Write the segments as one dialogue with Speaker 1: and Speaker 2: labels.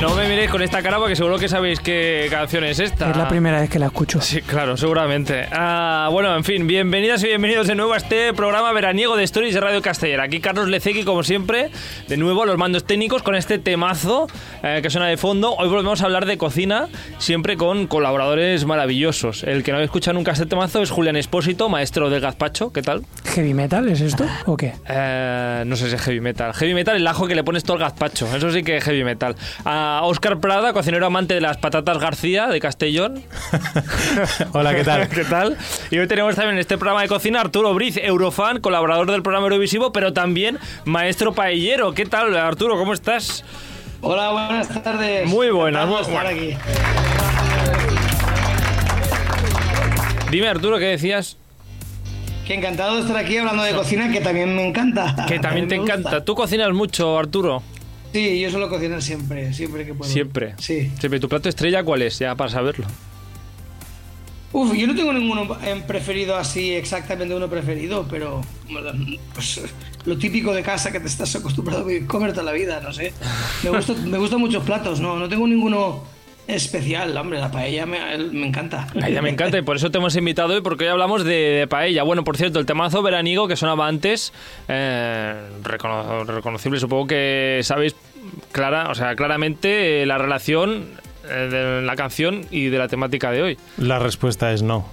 Speaker 1: No me miréis con esta cara porque seguro que sabéis qué canción es esta.
Speaker 2: Es la primera vez que la escucho.
Speaker 1: Sí, claro, seguramente. Ah, bueno, en fin, bienvenidas y bienvenidos de nuevo a este programa veraniego de Stories de Radio Castellera. Aquí Carlos Lecegui, como siempre, de nuevo a los mandos técnicos con este temazo eh, que suena de fondo. Hoy volvemos a hablar de cocina, siempre con colaboradores maravillosos. El que no había escuchado nunca este temazo es Julián Espósito, maestro del gazpacho. ¿Qué tal?
Speaker 2: ¿Heavy metal es esto o qué?
Speaker 1: Eh, no sé si es heavy metal. Heavy metal el ajo que le pones todo el gazpacho. Eso sí que es heavy metal. A Oscar Prada, cocinero amante de las patatas García de Castellón.
Speaker 3: Hola, ¿qué tal?
Speaker 1: ¿Qué tal? Y hoy tenemos también en este programa de cocina a Arturo Briz, Eurofan, colaborador del programa Eurovisivo, pero también maestro paellero. ¿Qué tal, Arturo? ¿Cómo estás?
Speaker 4: Hola, buenas tardes.
Speaker 1: Muy buenas,
Speaker 4: Encantado
Speaker 1: muy
Speaker 4: de estar aquí.
Speaker 1: Dime, Arturo, ¿qué decías?
Speaker 4: Que encantado de estar aquí hablando de cocina, que también me encanta.
Speaker 1: Que también te
Speaker 4: Ah, Me gusta.
Speaker 1: encanta. Tú cocinas mucho, Arturo.
Speaker 4: Sí, yo suelo cocinar siempre, siempre que puedo.
Speaker 1: Siempre.
Speaker 4: Sí.
Speaker 1: Siempre. ¿Tu plato estrella cuál es? Ya para saberlo.
Speaker 4: Uf, yo no tengo ninguno en preferido así, exactamente uno preferido, pero pues, lo típico de casa que te estás acostumbrado a vivir- comer toda la vida, no sé. Me, gusta, me gustan muchos platos, no, no tengo ninguno especial, hombre, la paella me, me encanta.
Speaker 1: A ella me encanta y por eso te hemos invitado hoy, porque hoy hablamos de, de paella. Bueno, por cierto, el temazo veranigo que sonaba antes, eh, recono- reconocible, supongo que sabéis clara, o sea, claramente eh, la relación eh, de la canción y de la temática de hoy.
Speaker 3: La respuesta es no.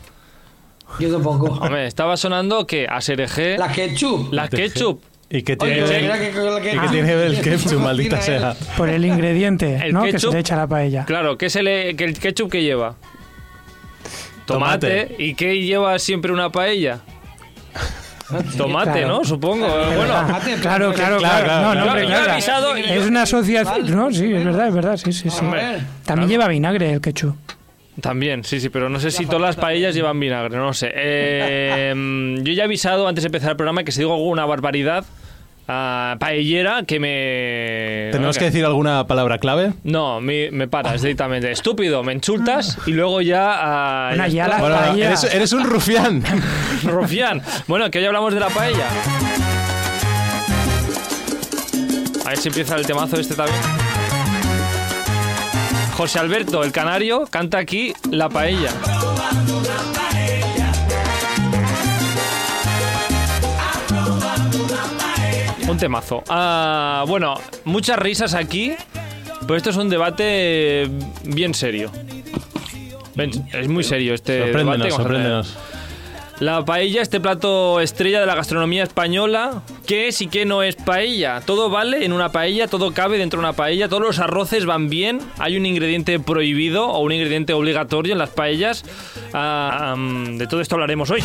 Speaker 4: Yo tampoco.
Speaker 1: Hombre, estaba sonando que a Serejé,
Speaker 4: La
Speaker 1: la,
Speaker 4: ketchup.
Speaker 1: ketchup,
Speaker 3: ¿Y qué
Speaker 4: Oye,
Speaker 3: tiene,
Speaker 4: mira que- que- que-
Speaker 3: y qué tiene que ver
Speaker 4: Ah,
Speaker 3: el ketchup,
Speaker 4: Cocina
Speaker 3: maldita
Speaker 4: él.
Speaker 3: sea?
Speaker 2: Por el ingrediente,
Speaker 1: El
Speaker 2: ¿no? Que se
Speaker 1: ketchup.
Speaker 2: le echa a la paella.
Speaker 1: claro, que, es el, eh, que el ketchup que lleva.
Speaker 3: Tomate.
Speaker 1: Tomate. ¿Y qué lleva siempre una paella? Tomate,
Speaker 2: claro.
Speaker 1: ¿no? Supongo.
Speaker 2: Es
Speaker 1: bueno,
Speaker 2: verdad.
Speaker 4: tomate, pero-
Speaker 2: claro, claro, claro,
Speaker 3: Claro, claro,
Speaker 2: No, no,
Speaker 3: claro.
Speaker 2: hombre,
Speaker 1: Yo- yo he
Speaker 2: claro.
Speaker 1: avisado y-
Speaker 2: Es una asociación.
Speaker 4: Vale,
Speaker 2: No, sí, es
Speaker 4: bueno.
Speaker 2: verdad, es verdad, sí, sí, sí.
Speaker 4: A ver.
Speaker 2: También lleva vinagre el ketchup.
Speaker 1: También, sí, sí, pero no sé si todas las paellas llevan vinagre, no lo sé. Eh, mm, yo ya he avisado antes de empezar el programa que si digo alguna barbaridad ah, paellera que me...
Speaker 3: ¿Tenemos que decir alguna palabra clave?
Speaker 1: No, me, me paras directamente. Estúpido, me insultas y luego ya... ah,
Speaker 2: Bueno, ya
Speaker 1: está.
Speaker 2: la
Speaker 3: Bueno,
Speaker 2: paella.
Speaker 3: eres, eres un rufián.
Speaker 1: Rufián. Bueno, que hoy hablamos de la paella. A ver si empieza el temazo este también. José Alberto, el canario, canta aquí la paella. Un temazo. Ah, bueno, muchas risas aquí, pero esto es un debate bien serio. Ven, Es muy serio este debate. que
Speaker 3: Sorpréndenos,
Speaker 1: vamos a tener.
Speaker 3: sorpréndenos.
Speaker 1: La paella, este plato estrella de la gastronomía española, ¿qué es y qué no es paella? Todo vale en una paella, todo cabe dentro de una paella, todos los arroces van bien, hay un ingrediente prohibido o un ingrediente obligatorio en las paellas. Ah, am, de todo esto hablaremos hoy.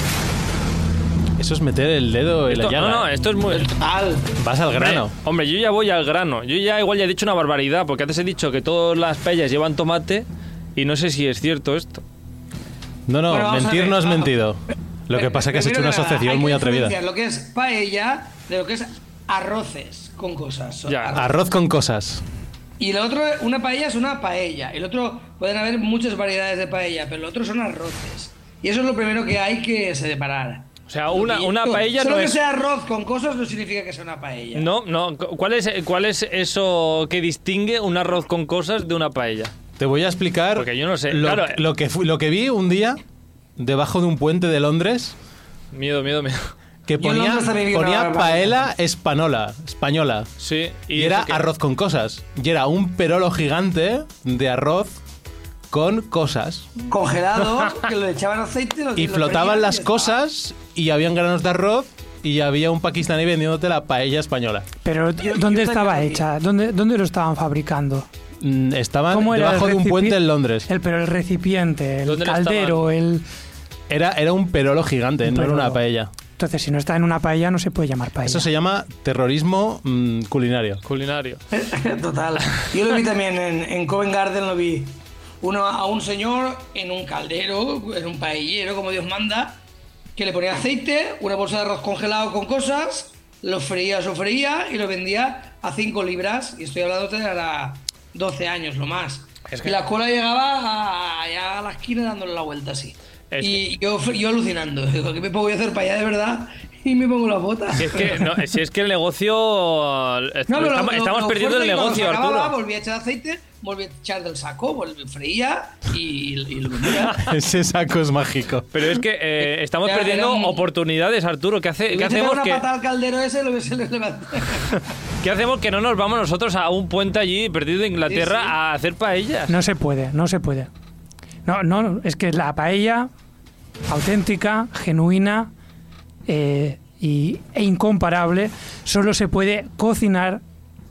Speaker 3: Eso es meter el dedo en
Speaker 1: Esto-
Speaker 3: la llaga.
Speaker 1: no, no, esto es muy...
Speaker 4: Al.
Speaker 3: Vas al grano.
Speaker 1: Hombre, hombre, yo ya voy al grano. Yo ya igual ya he dicho una barbaridad, porque antes he dicho que todas las paellas llevan tomate y no sé si es cierto esto.
Speaker 3: No, no,
Speaker 4: Bueno, vamos a
Speaker 3: mentir
Speaker 4: ver,
Speaker 3: no has
Speaker 4: vamos.
Speaker 3: mentido. Lo que
Speaker 4: Pero-
Speaker 3: pasa es que has
Speaker 4: primero
Speaker 3: hecho una
Speaker 4: nada, hay
Speaker 3: asociación
Speaker 4: que
Speaker 3: muy atrevida.
Speaker 4: diferenciar Lo que es paella de lo que es arroces con cosas. Son
Speaker 1: Ya.
Speaker 4: arroz.
Speaker 3: Arroz con cosas.
Speaker 4: Y lo otro, una paella es una paella. El otro, pueden haber muchas variedades de paella, pero lo otro son arroces. Y eso es lo primero que hay que separar.
Speaker 1: O sea, una,
Speaker 4: Y
Speaker 1: una
Speaker 4: esto,
Speaker 1: paella
Speaker 4: solo
Speaker 1: no
Speaker 4: que
Speaker 1: es...
Speaker 4: sea arroz con cosas no significa que sea una paella.
Speaker 1: No, no. cu- ¿Cuál es, ¿Cuál es eso que distingue un arroz con cosas de una paella?
Speaker 3: Te voy a explicar
Speaker 1: Porque yo no sé,
Speaker 3: lo,
Speaker 1: claro.
Speaker 3: lo que, fu- lo que vi un día debajo de un puente de Londres
Speaker 1: Miedo, miedo, miedo.
Speaker 3: que
Speaker 4: Yo en
Speaker 3: ponía,
Speaker 4: Londres también vi una
Speaker 3: ponía
Speaker 4: barbaridad.
Speaker 3: paella espanola, española.
Speaker 1: Sí.
Speaker 3: Y, era
Speaker 1: eso qué?
Speaker 3: arroz con cosas. Y era un perolo gigante de arroz con cosas.
Speaker 4: Congelado, que lo echaban aceite lo-
Speaker 3: Y
Speaker 4: lo
Speaker 3: flotaban
Speaker 4: freían
Speaker 3: las
Speaker 4: y estaba.
Speaker 3: cosas y habían granos de arroz y había un pakistaní vendiéndote la paella española.
Speaker 2: Pero, ¿dónde estaba hecha? ¿Dónde, ¿Dónde lo estaban fabricando?
Speaker 3: Mm, Estaban
Speaker 2: ¿Cómo era el
Speaker 3: debajo de un
Speaker 2: recipi-
Speaker 3: puente en Londres.
Speaker 2: El, pero el recipiente, el
Speaker 1: ¿Dónde lo
Speaker 2: caldero, el.
Speaker 3: Era, era un perolo gigante, no era
Speaker 2: Perolo.
Speaker 3: una paella.
Speaker 2: Entonces, si no está en una paella, no se puede llamar paella.
Speaker 3: Eso se llama terrorismo mm, culinario.
Speaker 1: Culinario.
Speaker 4: Total. Yo lo vi también en, en Covent Garden, lo vi. Uno a un señor en un caldero, en un paellero, como Dios manda, que le ponía aceite, una bolsa de arroz congelado con cosas, lo freía, sofreía y lo vendía a 5 libras. Y estoy hablando de ahora 12 años, lo más.
Speaker 1: Es que-
Speaker 4: Y la cola llegaba a, allá a la esquina dándole la vuelta así.
Speaker 1: Es
Speaker 4: y yo, fr- yo alucinando. Digo, ¿qué me puedo hacer para allá de verdad? y me pongo las botas.
Speaker 1: Si es que, no, si es que el negocio. est-
Speaker 4: No,
Speaker 1: lo estamos
Speaker 4: pero lo- lo-
Speaker 1: estamos
Speaker 4: lo
Speaker 1: perdiendo el
Speaker 4: fuerte que cuando
Speaker 1: negocio,
Speaker 4: se acababa,
Speaker 1: Arturo.
Speaker 4: Volví a echar aceite, volví a echar del saco, volví, freía y, y lo metía.
Speaker 3: Ese saco es mágico.
Speaker 1: Pero es que eh, estamos
Speaker 4: Era- era
Speaker 1: perdiendo
Speaker 4: un-
Speaker 1: oportunidades, Arturo. ¿Qué, hace,
Speaker 4: Le
Speaker 1: qué
Speaker 4: hubiese pegado
Speaker 1: hacemos?
Speaker 4: una
Speaker 1: Que,
Speaker 4: patada al caldero ese lo hubiese levantado.
Speaker 1: ¿Qué hacemos que no nos vamos nosotros a un puente allí perdido de Inglaterra
Speaker 4: Sí, sí.
Speaker 1: a hacer paellas?
Speaker 2: No se puede, no se puede. No, no, es que la paella auténtica, genuina eh, y- e incomparable solo se puede cocinar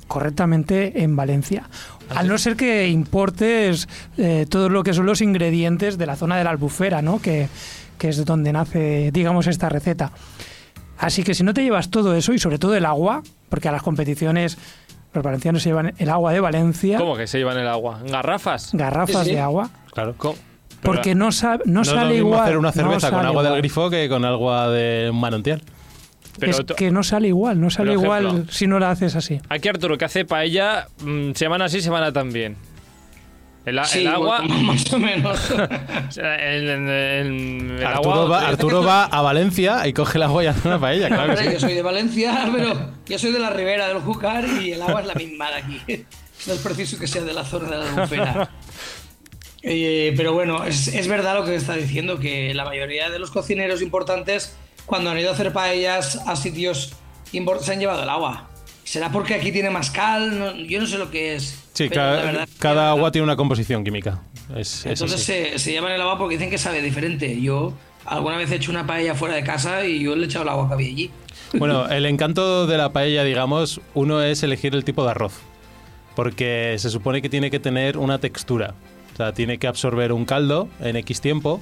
Speaker 2: correctamente en Valencia. A no ser que importes eh, todo lo que son los ingredientes de la zona de la albufera, ¿no? Que, que es donde nace, digamos, esta receta. Así que si no te llevas todo eso y sobre todo el agua, porque a las competiciones los valencianos se llevan el agua de Valencia
Speaker 1: ¿Cómo que se llevan el agua? ¿En garrafas?
Speaker 2: garrafas
Speaker 4: Sí, sí.
Speaker 2: de agua
Speaker 1: Claro.
Speaker 2: porque no, sab- no,
Speaker 3: No, es lo
Speaker 2: sale
Speaker 3: mismo
Speaker 2: igual
Speaker 3: hacer una
Speaker 2: no
Speaker 3: cerveza con
Speaker 2: sale
Speaker 3: agua del
Speaker 2: igual.
Speaker 3: grifo que con agua de un manantial.
Speaker 1: Pero
Speaker 2: es
Speaker 1: to-
Speaker 2: que no sale igual no sale
Speaker 1: Pero
Speaker 2: igual
Speaker 1: ejemplo.
Speaker 2: si no la haces así
Speaker 1: Aquí Arturo, que hace paella mm, semana sí, semana también. El, a-
Speaker 4: Sí, pues,
Speaker 1: el agua.
Speaker 4: Más o menos.
Speaker 1: El, el- el- el
Speaker 3: Arturo,
Speaker 1: agua-
Speaker 3: va, Arturo va a Valencia y coge el agua y hace una paella, claro. que
Speaker 4: Hombre,
Speaker 3: sí.
Speaker 4: yo soy de Valencia, pero yo soy de la ribera del Júcar y el agua es la misma de aquí. No es preciso que sea de la zona de la albufera. Eh, pero bueno, es, es verdad lo que está diciendo, que la mayoría de los cocineros importantes, cuando han ido a hacer paellas a sitios importantes, se han llevado el agua. ¿Será porque aquí tiene más cal? No- yo no sé lo que es.
Speaker 3: Sí,
Speaker 4: pero la
Speaker 3: cada,
Speaker 4: verdad es que-
Speaker 3: cada agua tiene una composición química. Es, es
Speaker 4: Entonces
Speaker 3: así.
Speaker 4: se, se llaman el agua porque dicen que sabe diferente. Yo alguna vez he hecho una paella fuera de casa y yo le he echado el agua que había allí.
Speaker 3: Bueno, el encanto de la paella, digamos, uno es elegir el tipo de arroz. Porque se supone que tiene que tener una textura. O sea, tiene que absorber un caldo en X tiempo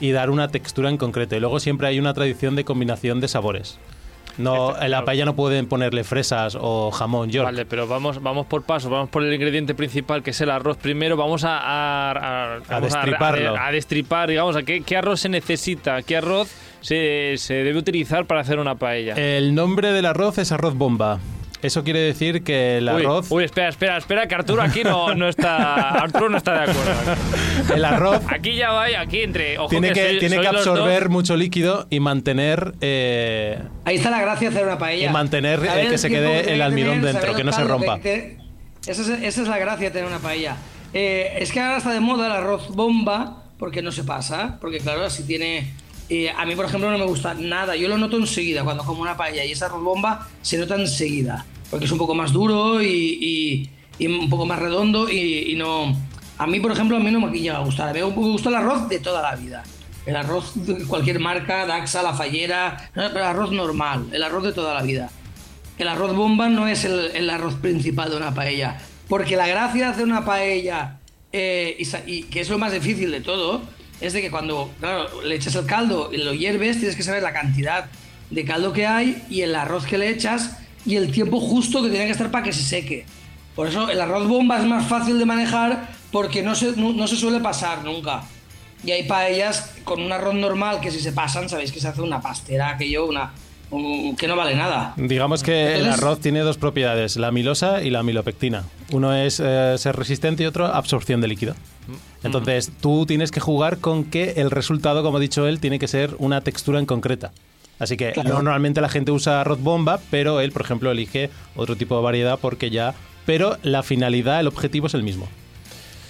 Speaker 3: y dar una textura en concreto. Y luego siempre hay una tradición de combinación de sabores. No, en la paella no pueden ponerle fresas o jamón york.
Speaker 1: Vale, pero vamos, vamos por pasos, vamos por el ingrediente principal que es el arroz primero, vamos a, a, a- vamos a-
Speaker 3: destriparlo.
Speaker 1: a, a destripar, digamos, a qué, qué arroz se necesita, qué arroz se, se debe utilizar para hacer una paella.
Speaker 3: El nombre del arroz es arroz bomba. Eso quiere decir que el
Speaker 1: uy,
Speaker 3: arroz,
Speaker 1: uy, espera, espera, espera, que Arturo aquí no, no está. Arturo no está de acuerdo.
Speaker 3: el arroz
Speaker 1: Aquí ya va, y aquí entre. Ojo
Speaker 3: tiene
Speaker 1: que,
Speaker 3: que,
Speaker 1: soy-
Speaker 3: tiene
Speaker 1: soy
Speaker 3: que
Speaker 1: los dos.
Speaker 3: absorber mucho líquido y mantener eh,
Speaker 4: Ahí está la gracia de hacer una paella.
Speaker 3: Y mantener, eh,
Speaker 4: Saber
Speaker 3: que se
Speaker 4: tiempo
Speaker 3: quede
Speaker 4: tiene
Speaker 3: el
Speaker 4: que
Speaker 3: almidón
Speaker 4: saber
Speaker 3: dentro,
Speaker 4: el
Speaker 3: que no se
Speaker 4: caldo
Speaker 3: rompa.
Speaker 4: que te- Esa es, esa es la gracia de tener una paella. Eh, es que ahora está de moda el arroz bomba, porque no se pasa, porque claro, si tiene... eh, a mí, por ejemplo, no me gusta nada. Yo lo noto enseguida cuando como una paella y ese arroz bomba se nota enseguida, porque es un poco más duro y, y- y un poco más redondo y, y no... A mí, por ejemplo, a mí no me llega a gustar. A mí me gusta el arroz de toda la vida. El arroz de cualquier marca, Daxa, La Fallera, no, pero arroz normal, el arroz de toda la vida. El arroz bomba no es el, el arroz principal de una paella, porque la gracia de hacer una paella, eh, y, sa- y que es lo más difícil de todo, es de que cuando claro, le echas el caldo y lo hierves, tienes que saber la cantidad de caldo que hay y el arroz que le echas y el tiempo justo que tiene que estar para que se seque. Por eso el arroz bomba es más fácil de manejar porque no se, no- no se suele pasar nunca. Y hay paellas con un arroz normal que si se pasan, sabéis que se hace una pastera, aquello, una, un- que no vale nada.
Speaker 3: Digamos que el
Speaker 4: Entonces-
Speaker 3: arroz tiene dos propiedades, la amilosa y la amilopectina. Uno es eh, ser resistente y otro absorción de líquido.
Speaker 4: Mm.
Speaker 3: Entonces tú tienes que jugar con que el resultado, como ha dicho él, tiene que ser una textura en concreta. Así que normalmente la gente usa arroz bomba, pero él, por ejemplo, elige otro tipo de variedad porque ya... Pero la finalidad, el objetivo es el mismo.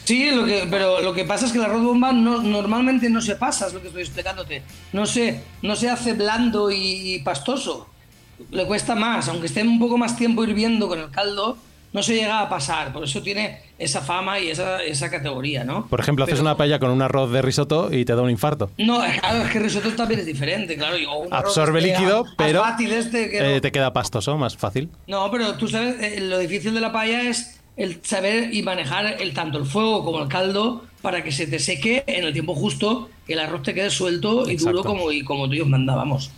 Speaker 4: Sí, lo que, pero lo que pasa es que el arroz bomba no, normalmente no se pasa, es lo que estoy explicándote. No se, no se hace blando y, y pastoso. Le cuesta más, aunque esté un poco más tiempo hirviendo con el caldo, no se llega a pasar. Por eso tiene esa fama y esa, esa categoría, ¿no?
Speaker 3: Por ejemplo, haces
Speaker 4: Pero-
Speaker 3: una paella con un arroz de risotto y te da un infarto.
Speaker 4: No, claro, es que el risotto también es diferente, claro. y- o un arroz
Speaker 3: Absorbe
Speaker 4: este
Speaker 3: líquido,
Speaker 4: a-
Speaker 3: pero
Speaker 4: asfátil este que
Speaker 3: eh,
Speaker 4: no-
Speaker 3: te queda pastoso, más fácil.
Speaker 4: No, pero tú sabes, eh, lo difícil de la paella es el saber y manejar el, tanto el fuego como el caldo para que se te seque en el tiempo justo, que el arroz te quede suelto y
Speaker 3: Exacto.
Speaker 4: duro como, y como tú y os mandábamos.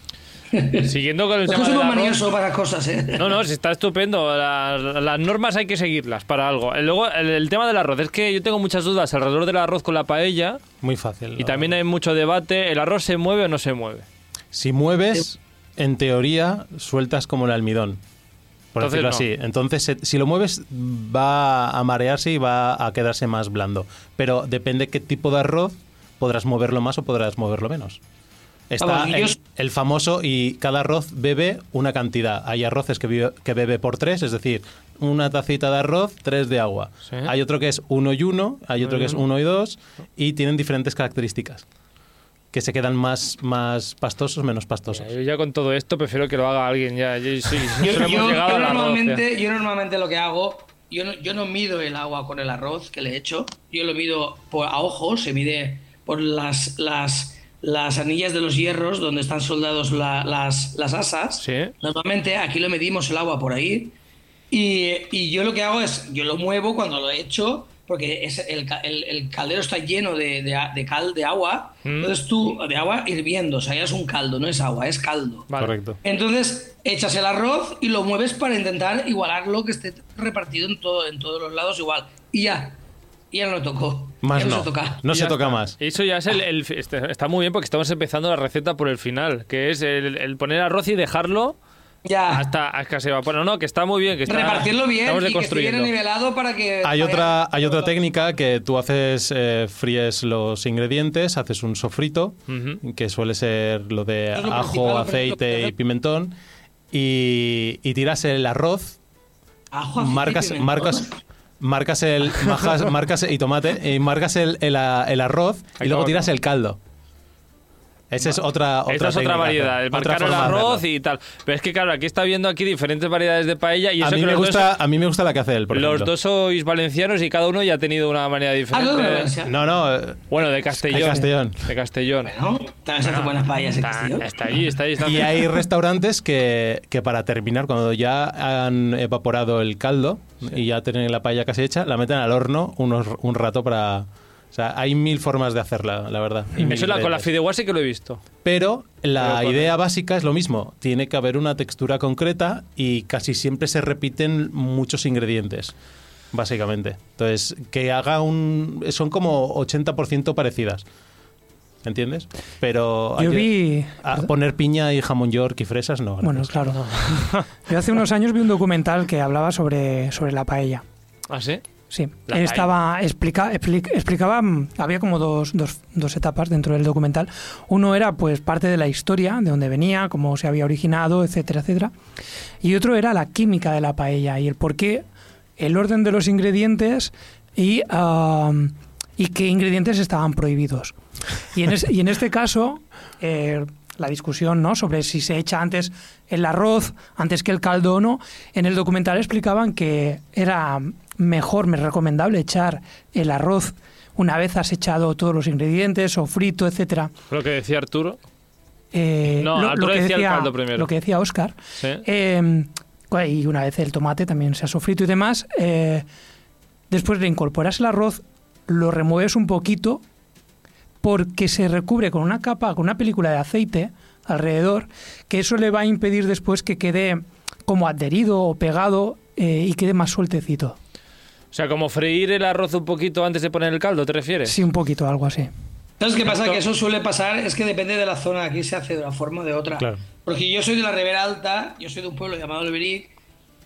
Speaker 1: Siguiendo con el
Speaker 4: Es Pues
Speaker 1: tema del
Speaker 4: que somos
Speaker 1: Pues arroz.
Speaker 4: maniosos para las cosas, ¿eh?
Speaker 1: No, no, si está estupendo. Las, las normas hay que seguirlas para algo. Eh, Luego, el, el tema del arroz. Es que yo tengo muchas dudas alrededor del arroz con la paella.
Speaker 3: Muy fácil.
Speaker 1: Y
Speaker 3: ¿no?
Speaker 1: también hay mucho debate. ¿El arroz se mueve o no se mueve?
Speaker 3: Si mueves, en teoría, sueltas como el almidón. Por
Speaker 1: Entonces,
Speaker 3: decirlo
Speaker 1: no.
Speaker 3: así. Entonces, se- si lo mueves, va a marearse y va a quedarse más blando. Pero depende qué tipo de arroz, podrás moverlo más o podrás moverlo menos. Está
Speaker 4: Vamos, yo-
Speaker 3: el, el famoso y cada arroz bebe una cantidad. Hay arroces que, vive- que bebe por tres, es decir, una tacita de arroz, tres de agua.
Speaker 1: Sí.
Speaker 3: Hay otro que es uno y uno, hay otro que es uno y dos, y tienen diferentes características que se quedan más, más pastosos, menos pastosos.
Speaker 1: Eh, Yo ya con todo esto prefiero que lo haga alguien ya. Yo, sí,
Speaker 4: Yo,
Speaker 1: solo hemos
Speaker 4: yo-
Speaker 1: llegado
Speaker 4: yo
Speaker 1: a la
Speaker 4: normalmente, yo normalmente lo que hago, yo no, yo no mido el agua con el arroz que le echo, yo lo mido por, a ojo, se mide por las, las, las anillas de los hierros donde están soldados la- las, las asas.
Speaker 1: Sí.
Speaker 4: Normalmente aquí lo medimos el agua por ahí. Y, y yo lo que hago es, yo lo muevo cuando lo echo, porque es el, ca- el- el caldero está lleno de, de a- de cal, de agua.
Speaker 1: Mm.
Speaker 4: Entonces tú, de agua hirviendo, o sea, ya es un caldo, no es agua, es caldo.
Speaker 1: Vale.
Speaker 3: Correcto.
Speaker 4: Entonces echas el arroz y lo mueves para intentar igualarlo que esté repartido en, todo, en todos los lados igual. Y ya, y ya no lo toco.
Speaker 3: Más
Speaker 4: ya
Speaker 3: no,
Speaker 4: se toca.
Speaker 3: no
Speaker 1: Y
Speaker 3: se
Speaker 1: ya
Speaker 3: toca
Speaker 1: está.
Speaker 3: más.
Speaker 1: Eso ya es el, el- este- Está muy bien porque estamos empezando la receta por el final, que es el, el poner arroz y dejarlo
Speaker 4: Ya.
Speaker 1: hasta, hasta que se evapore. No, no, que está muy bien. Que está,
Speaker 4: Ah. Repartirlo bien
Speaker 1: Estamos
Speaker 4: y que esté bien
Speaker 1: deconstruyendo.
Speaker 4: nivelado para que.
Speaker 3: Hay
Speaker 4: vaya-
Speaker 3: otra, hay otra técnica que tú haces, eh, fríes los ingredientes, haces un sofrito, que suele ser lo de
Speaker 4: Eso es lo
Speaker 3: ajo,
Speaker 4: principal,
Speaker 3: aceite
Speaker 4: pero-
Speaker 3: y pimentón, y, y tiras el arroz,
Speaker 4: Ajo, aceite y
Speaker 3: marcas,
Speaker 4: pimentón.
Speaker 3: marcas, marcas el majas- marcas y tomate, y marcas el, el a- el arroz y
Speaker 1: Ahí
Speaker 3: luego
Speaker 1: está,
Speaker 3: tiras
Speaker 1: ¿no?
Speaker 3: el caldo. Esa es otra otra
Speaker 1: Esta es otra
Speaker 3: técnica,
Speaker 1: variedad, el
Speaker 3: otra
Speaker 1: marcar el
Speaker 3: forma de hacerlo.
Speaker 1: arroz y tal. Pero es que claro, aquí está viendo aquí diferentes variedades de paella y eso
Speaker 3: a mí,
Speaker 1: que
Speaker 3: me
Speaker 1: los,
Speaker 3: gusta, a mí me gusta la que hace él, por
Speaker 1: dos, los
Speaker 3: ejemplo.
Speaker 1: dos sois valencianos y cada uno ya ha tenido una manera
Speaker 4: Ah,
Speaker 1: diferente.
Speaker 4: no, no, no,
Speaker 1: de-
Speaker 4: o sea,
Speaker 3: No, no, eh,
Speaker 1: Bueno, de Castellón.
Speaker 3: De Castellón.
Speaker 1: De Castellón.
Speaker 4: ¿no? También se hacen buenas paellas en
Speaker 1: Está,
Speaker 4: Castellón.
Speaker 1: está allí, está allí. Está
Speaker 3: Y
Speaker 1: allí.
Speaker 3: hay restaurantes que, que para terminar, cuando ya han evaporado el caldo y ya tienen la paella casi hecha, la meten al horno unos, un rato para... O sea, hay mil formas de hacerla, la verdad. y mil
Speaker 1: Eso la, con la
Speaker 3: ideas.
Speaker 1: fideuá sí que lo he visto.
Speaker 3: Pero la
Speaker 1: Pero con-
Speaker 3: idea básica es lo mismo. Tiene que haber una textura concreta y casi siempre se repiten muchos ingredientes, básicamente. Entonces, que haga un... Son como 80% parecidas. ¿Entiendes? Pero... hay
Speaker 2: Yo
Speaker 3: que-
Speaker 2: vi.
Speaker 3: Ah, poner piña y jamón york y fresas, no.
Speaker 2: Bueno,
Speaker 3: gracias.
Speaker 2: claro. Yo hace unos años vi un documental que hablaba sobre, sobre la paella.
Speaker 1: ¿Ah, sí?
Speaker 2: Sí,
Speaker 1: La
Speaker 2: él
Speaker 1: paella.
Speaker 2: estaba explica, expli- explicaba, mm, había como dos, dos, dos etapas dentro del documental. Uno era pues parte de la historia, de dónde venía, cómo se había originado, etcétera, etcétera. Y otro era la química de la paella y el por qué, el orden de los ingredientes y, ah, y qué ingredientes estaban prohibidos. Y en, es- y en este caso, eh, la discusión ¿no? sobre si se echa antes el arroz, antes que el caldo o no, en el documental explicaban que era mejor, me recomendable echar el arroz una vez has echado todos los ingredientes o frito, etcétera.
Speaker 1: Lo que decía Arturo.
Speaker 2: Eh,
Speaker 1: No, Arturo decía el caldo primero.
Speaker 2: Lo que decía Oscar.
Speaker 1: Sí.
Speaker 2: Eh. Em, y una vez el tomate también se ha sofrito y demás. eh, después le incorporas el arroz, lo remueves un poquito porque se recubre con una capa, con una película de aceite alrededor, que eso le va a impedir después que quede como adherido o pegado eh, y quede más sueltecito.
Speaker 1: O sea, como freír el arroz un poquito antes de poner el caldo, ¿te refieres?
Speaker 2: Sí, un poquito, algo así.
Speaker 4: ¿Sabes qué pasa? Que eso suele pasar, es que depende de la zona, aquí se hace de una forma o de otra.
Speaker 3: Claro.
Speaker 4: Porque yo soy de la Ribera Alta, yo soy de un pueblo llamado El Beric,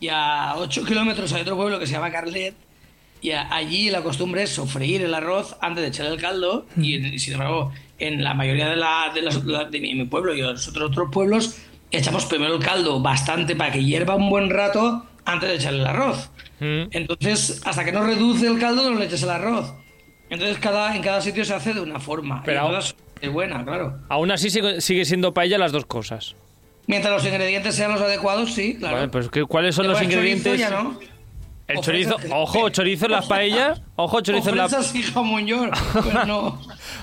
Speaker 4: y a 8 kilómetros hay otro pueblo que se llama Carlet, y a- allí la costumbre es sofreír el arroz antes de echar el caldo, y, en- y sin embargo, en la mayoría de, la- de las- la- de mi, mi pueblo y de los otros, otros pueblos, echamos primero el caldo bastante para que hierva un buen rato antes de echar el arroz.
Speaker 1: Mm.
Speaker 4: Entonces, hasta que no reduce el caldo, no le eches el arroz. Entonces, cada, en cada sitio se hace de una forma.
Speaker 1: Pero
Speaker 4: y
Speaker 1: aún-
Speaker 4: todas es buena, claro.
Speaker 1: Aún así sigue sigue siendo paella las dos cosas.
Speaker 4: Mientras los ingredientes sean los adecuados, sí, claro.
Speaker 1: Vale, pues ¿qué- ¿cuáles son
Speaker 4: Igual
Speaker 1: los
Speaker 4: el
Speaker 1: ingredientes?
Speaker 4: Chorizo, ya no.
Speaker 1: El
Speaker 4: O
Speaker 1: chorizo,
Speaker 4: fresas-
Speaker 1: ojo, chorizo en las paellas, ojo chorizo
Speaker 4: O
Speaker 1: en la-
Speaker 4: fresas y jamón york, pero no.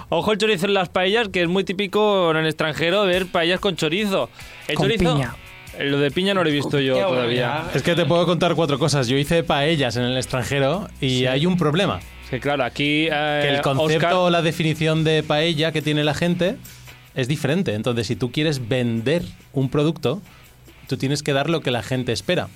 Speaker 1: ojo el chorizo en las paellas, que es muy típico en el extranjero ver paellas con chorizo. El
Speaker 2: Con
Speaker 1: chorizo,
Speaker 2: piña.
Speaker 1: lo de piña no lo he visto yo
Speaker 4: Ya, bueno,
Speaker 1: todavía.
Speaker 4: ya.
Speaker 3: Es que te puedo contar cuatro cosas. Yo hice paellas en el extranjero y hay un problema.
Speaker 1: Es que claro, aquí eh,
Speaker 3: Que el concepto o
Speaker 1: Oscar-
Speaker 3: la definición de paella que tiene la gente es diferente. Entonces, si tú quieres vender un producto, tú tienes que dar lo que la gente espera.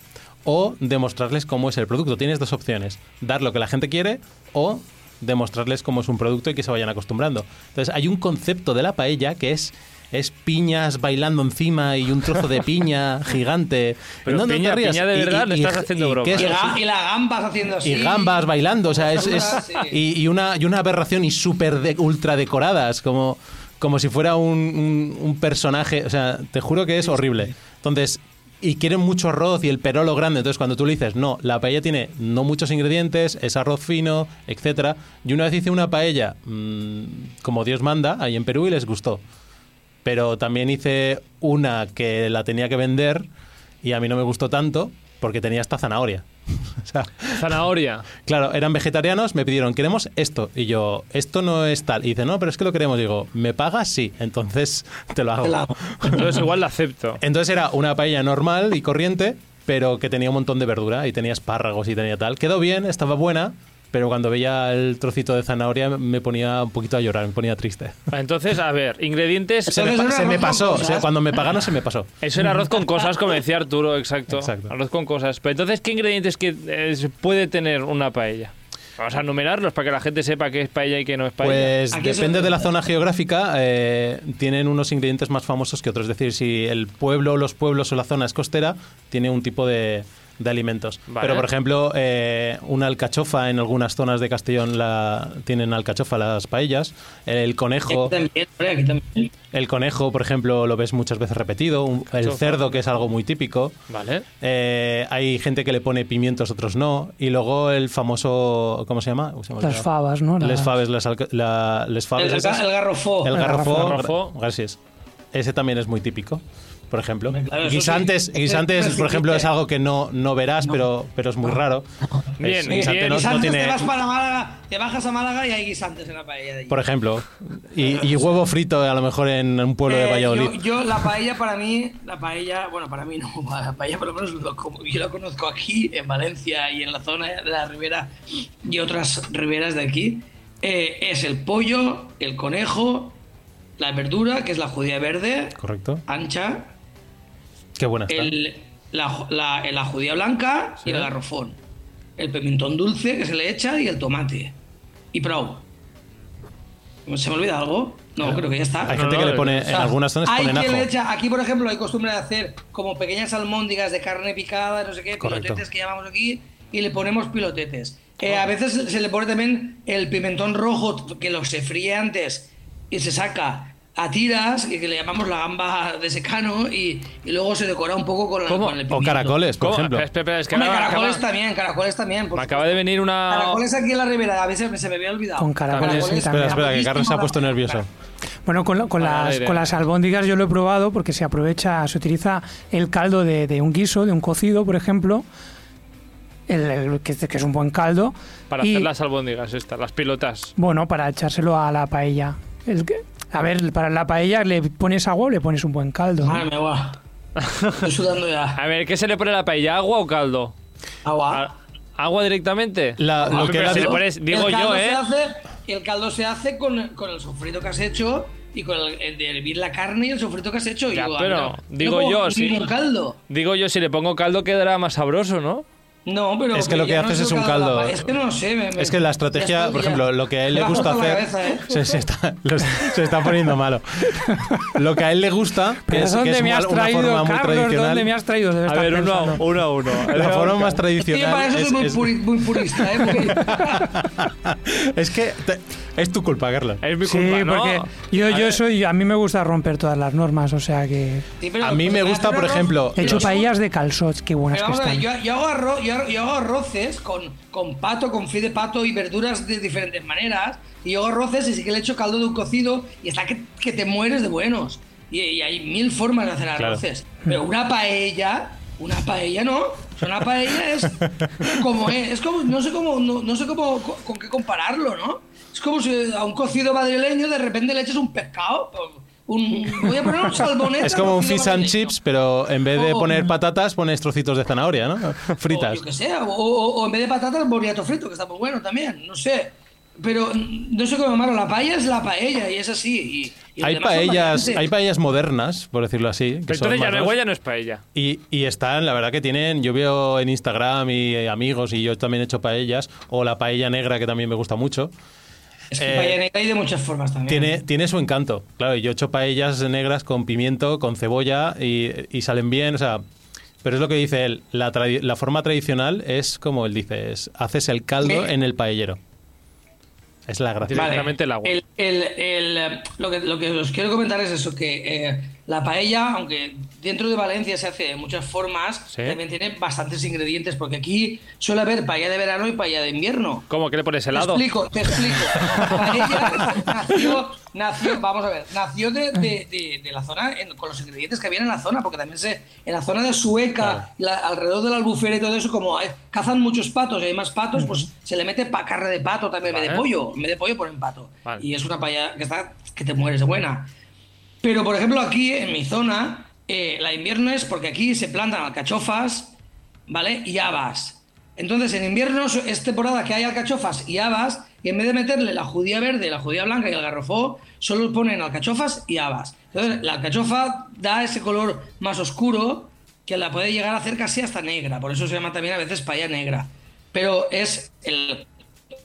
Speaker 3: O demostrarles cómo es el producto. Tienes dos opciones. Dar lo que la gente quiere o demostrarles cómo es un producto y que se vayan acostumbrando. Entonces, hay un concepto de la paella que es... Es piñas bailando encima y un trozo de piña gigante.
Speaker 1: Pero
Speaker 3: No, no te
Speaker 1: piña-
Speaker 3: rías.
Speaker 1: piña de
Speaker 3: Y-
Speaker 1: verdad,
Speaker 3: y-
Speaker 1: le
Speaker 3: y-
Speaker 1: estás
Speaker 3: y
Speaker 1: haciendo broma.
Speaker 4: Y,
Speaker 3: queso,
Speaker 4: la, y la gambas haciendo así.
Speaker 3: y gambas bailando, o sea, es,
Speaker 4: Cosas,
Speaker 3: es-
Speaker 4: sí.
Speaker 3: y, y una, y una aberración y súper de- ultra decoradas, como, como si fuera un, un- un personaje. O sea, te juro que es horrible. Entonces, y quieren mucho arroz y el perolo grande. Entonces, cuando tú le dices, no, la paella tiene no muchos ingredientes, es arroz fino, etcétera. Yo una vez hice una paella, mm, como Dios manda, ahí en Perú y les gustó. Pero también hice una que la tenía que vender y a mí no me gustó tanto porque tenía esta zanahoria. O sea,
Speaker 1: Zanahoria.
Speaker 3: Claro, eran vegetarianos, me pidieron, queremos esto. Y yo, esto no es tal. Y dice, no, pero es que lo queremos. Digo, ¿me pagas? Sí, entonces te lo hago.
Speaker 4: Te la hago.
Speaker 1: Entonces igual la acepto.
Speaker 3: Entonces era una paella normal y corriente, pero que tenía un montón de verdura y tenía espárragos y tenía tal. Quedó bien, estaba buena, pero cuando veía el trocito de zanahoria me ponía un poquito a llorar, me ponía triste.
Speaker 1: Entonces, a ver, ingredientes.
Speaker 3: Se me, pa- se me pasó, o sea, cuando me pagaron se me pasó.
Speaker 1: Eso era arroz con cosas, como decía Arturo, exacto.
Speaker 3: Exacto.
Speaker 1: Arroz con cosas. Pero entonces, ¿qué ingredientes que eh, se puede tener una paella? Vamos a enumerarlos para que la gente sepa qué es paella y qué no es paella.
Speaker 3: Pues
Speaker 4: Aquí es
Speaker 3: depende
Speaker 4: el-
Speaker 3: de la zona geográfica, eh, tienen unos ingredientes más famosos que otros. Es decir, si el pueblo, los pueblos o la zona es costera, tiene un tipo de, de alimentos.
Speaker 1: Vale.
Speaker 3: Pero, por ejemplo, eh, una alcachofa en algunas zonas de Castellón la, tienen alcachofa las paellas. El conejo,
Speaker 4: Aquí Este también, hombre, aquí también.
Speaker 3: el conejo, por ejemplo, lo ves muchas veces repetido. Un- el
Speaker 1: Alcachofa.
Speaker 3: cerdo, que es algo muy típico.
Speaker 1: Vale.
Speaker 3: Eh, hay gente que le pone pimientos, otros no. Y luego el famoso, ¿cómo se llama? Uy, se me ha
Speaker 2: Las
Speaker 3: olvidado.
Speaker 2: favas, ¿no? Las-
Speaker 3: Pues Les faves, las alca- la- les faves.
Speaker 4: El,
Speaker 3: esas.
Speaker 4: ga- el garrofó.
Speaker 3: El garrafó,
Speaker 1: El garrafó.
Speaker 3: gra- gracias. Ese también es muy típico, por ejemplo.
Speaker 4: claro, eso
Speaker 3: guisantes,
Speaker 4: sí.
Speaker 3: guisantes,
Speaker 4: Eso sí
Speaker 3: por ejemplo,
Speaker 4: que-
Speaker 3: es algo que no, no verás, pero, pero es muy raro.
Speaker 1: Bien,
Speaker 3: Es-
Speaker 1: bien.
Speaker 3: guisante no- no,
Speaker 4: Guisantes
Speaker 3: tiene,
Speaker 4: te vas para Málaga, te bajas a Málaga y hay guisantes en la paella de allí.
Speaker 3: por ejemplo, y, y huevo frito a lo mejor en un pueblo de
Speaker 4: Eh,
Speaker 3: Valladolid.
Speaker 4: Yo, yo la paella para mí, la paella, bueno, para mí no, la paella por lo menos lo- como yo la conozco aquí, en Valencia y en la zona de la ribera y otras riberas de aquí, eh, es el pollo, el conejo, la verdura, que es la judía verde,
Speaker 3: Correcto.
Speaker 4: ancha,
Speaker 3: Qué buena está.
Speaker 4: el, la, la- la judía blanca y el garrofón, el pimentón dulce que se le echa y el tomate. Y prau. ¿Se me olvida algo? No, creo que ya está.
Speaker 3: Hay
Speaker 1: no,
Speaker 3: gente que
Speaker 1: no,
Speaker 3: le pone,
Speaker 1: o
Speaker 3: en algunas zonas
Speaker 4: Hay
Speaker 3: ponen
Speaker 4: quien
Speaker 3: ajo.
Speaker 4: le echa- aquí por ejemplo hay costumbre de hacer como pequeñas almóndigas de carne picada, no sé qué,
Speaker 3: Correcto.
Speaker 4: pilotetes que llamamos aquí, y le ponemos pilotetes. Eh, a veces se le pone también el pimentón rojo que lo se fríe antes y se saca a tiras, y que le llamamos la gamba de secano, y, y luego se decora un poco con, la,
Speaker 1: ¿Cómo?
Speaker 4: con el
Speaker 3: O
Speaker 4: pimiento.
Speaker 3: caracoles, por
Speaker 1: ¿Cómo?
Speaker 3: ejemplo.
Speaker 1: Espera, espera, es que
Speaker 4: Hombre,
Speaker 1: ahora me
Speaker 4: caracoles
Speaker 1: acaba,
Speaker 4: también, caracoles también. por
Speaker 1: me acaba de venir una.
Speaker 4: Caracoles aquí en la ribera, a veces se me había olvidado.
Speaker 2: Con caracoles, sí,
Speaker 3: Espera,
Speaker 2: también.
Speaker 3: espera, que Carlos se ha puesto nervioso.
Speaker 2: Bueno, con, la- con
Speaker 1: Para
Speaker 2: las,
Speaker 1: el aire.
Speaker 2: con las albóndigas yo lo he probado porque se aprovecha, se utiliza el caldo de, de un guiso, de un cocido, por ejemplo, el, el que, que es un buen caldo.
Speaker 1: Para
Speaker 2: y,
Speaker 1: hacer las albóndigas estas, las pilotas.
Speaker 2: Bueno, para echárselo a la paella. El que- a ver, para la paella le pones agua o le pones un buen caldo. ¿no?
Speaker 3: Ah,
Speaker 4: Madre mía, guau. Estoy sudando ya.
Speaker 1: A ver, ¿qué se le pone a la paella? ¿Agua o caldo?
Speaker 4: Agua.
Speaker 1: ¿A- ¿Agua directamente?
Speaker 3: La- lo
Speaker 1: Ah,
Speaker 3: que
Speaker 1: pero
Speaker 3: era-
Speaker 1: si le Ah, pones- digo
Speaker 4: Ah. el caldo
Speaker 1: yo,
Speaker 4: se
Speaker 1: ¿eh?
Speaker 4: hace- el caldo se hace con, con el sofrito que has hecho y con el, el de hervir la carne y el sofrito que has hecho. Y
Speaker 1: Ya,
Speaker 4: digo, ah,
Speaker 1: pero
Speaker 4: mira, no
Speaker 1: digo
Speaker 4: como
Speaker 1: yo, sí.
Speaker 4: ningún caldo.
Speaker 1: Digo yo, si le pongo caldo quedará más sabroso, ¿no?
Speaker 4: No, pero
Speaker 3: Es que lo que
Speaker 4: ya no
Speaker 3: haces
Speaker 4: sé
Speaker 3: es
Speaker 4: el
Speaker 3: un
Speaker 4: de la
Speaker 3: caldo.
Speaker 4: pa- Es que no lo sé. me- me-
Speaker 3: Es que la
Speaker 4: ya
Speaker 3: estrategia,
Speaker 4: estoy
Speaker 3: por
Speaker 4: ya.
Speaker 3: ejemplo, lo que a él
Speaker 4: Me
Speaker 3: le
Speaker 4: la
Speaker 3: gusta
Speaker 4: corto la
Speaker 3: hacer.
Speaker 4: cabeza, ¿eh?
Speaker 3: se, se está, los- se está poniendo malo. Lo que a él le gusta, que
Speaker 2: Pero
Speaker 3: es, que
Speaker 2: ¿dónde
Speaker 3: es
Speaker 2: me
Speaker 3: una,
Speaker 2: has
Speaker 3: una
Speaker 2: traído,
Speaker 3: forma muy
Speaker 2: Carlos? ¿Dónde me
Speaker 3: tradicional.
Speaker 2: has traído? Debe
Speaker 1: A
Speaker 2: estar
Speaker 1: ver, uno a
Speaker 2: pensando.
Speaker 1: uno. a uno.
Speaker 3: La forma más
Speaker 4: Sí, para
Speaker 3: tradicional
Speaker 4: eso
Speaker 3: es,
Speaker 4: soy muy,
Speaker 3: es-
Speaker 4: puri- muy purista, ¿eh? Porque-
Speaker 3: es que te- es tu culpa, Carlos.
Speaker 1: Es mi
Speaker 2: Sí,
Speaker 1: culpa, ¿no?
Speaker 2: porque yo, yo soy, a mí me gusta romper todas las normas, o sea que
Speaker 4: Sí, pero-
Speaker 3: A mí me
Speaker 4: pero
Speaker 3: gusta,
Speaker 4: hacer
Speaker 3: por
Speaker 4: arroz-
Speaker 3: ejemplo,
Speaker 2: he hecho
Speaker 3: Los-
Speaker 2: paellas de calzots, qué buenas que
Speaker 4: Pero vamos a ver,
Speaker 2: están.
Speaker 4: yo, yo hago arroz, yo, hago- yo hago arroces con, con pato, con fri de pato y verduras de diferentes maneras. Y yo hago arroces y sí que le echo caldo de un cocido y está que, que te mueres de buenos. Y, y hay mil formas de hacer
Speaker 3: Claro.
Speaker 4: arroces. Pero una paella, una paella no. O sea, Una paella es como es, es como, no sé cómo, no, no sé cómo, co- con qué compararlo, ¿no? Es como si a un cocido madrileño de repente le eches un pescado. pues, Un, voy a poner un salmonete.
Speaker 3: Es como un
Speaker 4: cocido
Speaker 3: fish and
Speaker 4: madrileño.
Speaker 3: chips, pero en vez de
Speaker 4: Oh.
Speaker 3: poner patatas, pones trocitos de zanahoria, ¿no?
Speaker 4: O,
Speaker 3: Fritas.
Speaker 4: yo que sé, o, o- o en vez de patatas, boniato frito, que está muy bueno también, no sé. Pero mm, no sé cómo llamarlo, la paella es la paella y es así. y- y los
Speaker 3: Hay
Speaker 4: demás son
Speaker 3: paellas,
Speaker 4: variantes.
Speaker 3: hay paellas modernas, por decirlo así. que
Speaker 1: Pero
Speaker 3: son
Speaker 1: entonces ya
Speaker 3: más
Speaker 1: no,
Speaker 3: raras.
Speaker 1: igual ya no es paella.
Speaker 3: Y, y están, la verdad que tienen, yo veo en Instagram y eh, amigos y yo también he hecho paellas, o la paella negra que también me gusta mucho,
Speaker 4: Es que
Speaker 3: eh,
Speaker 4: paella negra hay de muchas formas también.
Speaker 3: tiene, tiene su encanto. Claro, yo he hecho paellas negras con pimiento, con cebolla y, y salen bien, o sea, pero es lo que dice él, la, tradi- la forma tradicional es como él dice, es, haces el caldo
Speaker 4: Me-
Speaker 3: en el paellero. Es la gracia.
Speaker 1: Vale. Directamente el agua.
Speaker 4: El- el- el- lo, que, lo que os quiero comentar es eso, que eh, la paella, aunque dentro de Valencia se hace de muchas formas,
Speaker 1: Sí.
Speaker 4: también tiene bastantes ingredientes, porque aquí suele haber paella de verano y paella de invierno.
Speaker 1: ¿Cómo que le pones helado?
Speaker 4: Te explico, te explico. Paella nació, nació- vamos a ver, nació de, de- de- de la zona, en- con los ingredientes que había en la zona, porque también se, en la zona de Sueca, la- alrededor de la albufera y todo eso, como hay- cazan muchos patos y hay más patos, pues se le mete pa- carne de pato también, en vez de
Speaker 1: Vale.
Speaker 4: pollo, en vez de pollo ponen pato.
Speaker 1: Vale.
Speaker 4: Y es una paella que está, que te mueres de buena. Pero, por ejemplo, aquí en mi zona, eh, la invierno es porque aquí se plantan alcachofas, ¿vale? Y habas. Entonces, en invierno so- es temporada que hay alcachofas y habas, y en vez de meterle la judía verde, la judía blanca y el garrofó, solo ponen alcachofas y habas. Entonces, la alcachofa da ese color más oscuro que la puede llegar a hacer casi hasta negra. Por eso se llama también a veces paella negra. Pero es el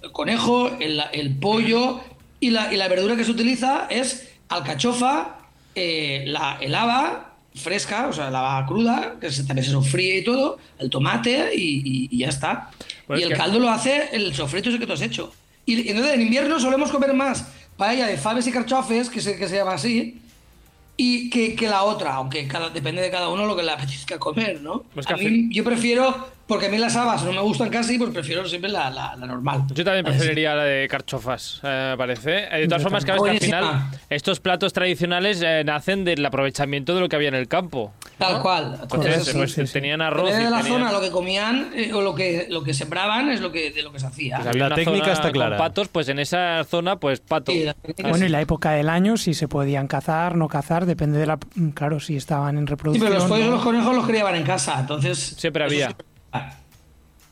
Speaker 4: el conejo, el, el pollo y la, y la verdura que se utiliza es alcachofa, eh, la, el haba fresca, o sea, la haba cruda, que se- también se sofríe y todo, el tomate y, y- y ya está.
Speaker 1: Pues
Speaker 4: y
Speaker 1: es
Speaker 4: el
Speaker 1: que-
Speaker 4: caldo lo hace el sofrito ese que te has hecho. Y y entonces en invierno solemos comer más paella de faves y carchofes, que se, que se llama así, y que, que la otra, aunque cada, depende de cada uno lo que le apetezca comer, ¿no?
Speaker 1: Pues que
Speaker 4: A
Speaker 1: hace-
Speaker 4: mí- yo prefiero, porque a mí las habas no me gustan casi, pues prefiero siempre la, la- la normal.
Speaker 1: Yo también preferiría la de carchofas, eh, me parece. Eh, De todas
Speaker 2: Yo
Speaker 1: formas, claro, es que al
Speaker 4: Buenísima.
Speaker 1: final estos platos tradicionales eh, nacen del aprovechamiento de lo que había en el campo.
Speaker 4: Tal cual.
Speaker 1: Entonces,
Speaker 2: sí,
Speaker 1: pues,
Speaker 2: sí, sí.
Speaker 1: tenían arroz.
Speaker 4: Depende
Speaker 1: y
Speaker 4: de la
Speaker 1: tenían-
Speaker 4: zona, lo que comían eh, o lo que, lo que sembraban es lo que, de lo que se hacía.
Speaker 1: pues había
Speaker 3: La
Speaker 1: una
Speaker 3: técnica
Speaker 1: zona
Speaker 3: está clara.
Speaker 1: Con patos, pues en esa zona, pues pato.
Speaker 4: Sí, la técnica
Speaker 2: Bueno, y la época del año, si se podían cazar, no cazar, depende de la. Claro, si estaban en
Speaker 4: Sí,
Speaker 2: reproducción.
Speaker 4: pero los pollos y
Speaker 2: ¿no?
Speaker 4: los conejos los criaban en casa, entonces...
Speaker 1: Siempre
Speaker 4: eso
Speaker 1: había.
Speaker 4: siempre era.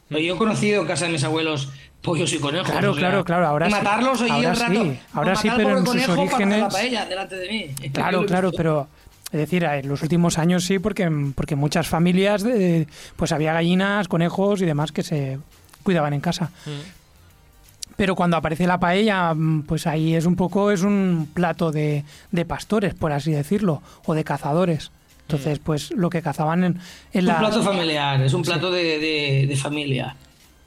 Speaker 4: Pero Yo he conocido en casa de mis abuelos pollos y conejos.
Speaker 2: Claro,
Speaker 4: o sea,
Speaker 2: claro, claro, ahora sí.
Speaker 4: matarlos oí
Speaker 2: Ahora
Speaker 4: el
Speaker 2: sí,
Speaker 4: rato.
Speaker 2: ahora sí,
Speaker 4: matar al
Speaker 2: pero
Speaker 4: pobre
Speaker 2: en sus
Speaker 4: conejo para hacer
Speaker 2: orígenes-
Speaker 4: la paella delante de mí.
Speaker 2: Claro, claro, pero es decir, en los últimos años sí, porque, porque muchas familias de- pues había gallinas, conejos y demás que se cuidaban en casa.
Speaker 4: Mm.
Speaker 2: Pero cuando aparece la paella, mm, pues ahí es un poco, es un plato de, de pastores, por así decirlo, o de cazadores. Entonces, pues lo que cazaban en, en
Speaker 4: Es
Speaker 2: la...
Speaker 4: Mm. un plato familiar, es un plato de, de- de familia.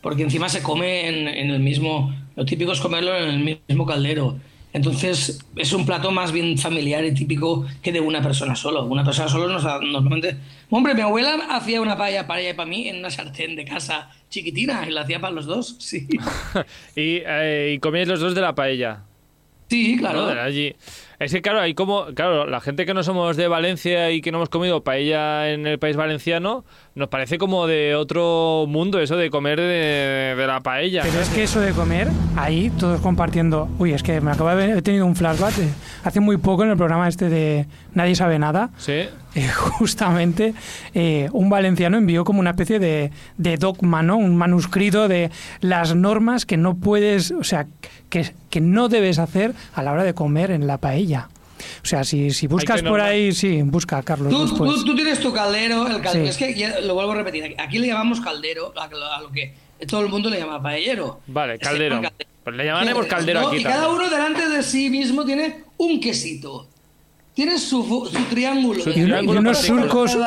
Speaker 4: Porque encima se come en, en el mismo. Lo típico es comerlo en el mismo caldero. Entonces es un plato más bien familiar y típico que de una persona solo. Una persona solo nos, ha- normalmente. Hombre, mi abuela hacía una paella para ella y para mí en una sartén de casa chiquitina y la hacía para los dos. Sí,
Speaker 1: y, eh, y comíais los dos de la paella.
Speaker 4: sí
Speaker 1: ¿no?
Speaker 4: claro.
Speaker 1: De allí. Es que claro, hay como, claro, la gente que no somos de Valencia y que no hemos comido paella en el país valenciano, nos parece como de otro mundo eso de comer de, de la paella.
Speaker 2: Pero es que eso de comer, ahí todos compartiendo. Uy, es que me acaba de venir- he tenido un flashback de- hace muy poco en el programa este de Nadie sabe nada.
Speaker 1: Sí.
Speaker 2: eh, justamente eh, un valenciano envió como una especie de, de dogma, ¿no? Un manuscrito de las normas que no puedes, o sea, que, que no debes hacer a la hora de comer en la paella. O sea, si, si buscas
Speaker 1: que
Speaker 2: por
Speaker 1: norma-
Speaker 2: ahí, sí, busca, Carlos.
Speaker 4: Tú,
Speaker 2: después.
Speaker 4: tú- tú tienes tu caldero, el caldero.
Speaker 2: pues, Sí.
Speaker 4: Es que ya lo vuelvo a repetir. Aquí le llamamos caldero a lo, a lo que todo el mundo le llama paellero.
Speaker 1: Vale,
Speaker 4: Se
Speaker 1: caldero.
Speaker 4: llama caldero. Eh,
Speaker 1: Pues le llamaremos caldero
Speaker 4: No,
Speaker 1: aquí
Speaker 4: Y cada
Speaker 1: también.
Speaker 4: uno delante de sí mismo tiene un quesito. Tiene su, fo- su triángulo.
Speaker 1: Su
Speaker 2: Y uno- y
Speaker 1: triángulo
Speaker 2: unos
Speaker 1: particular.
Speaker 2: surcos,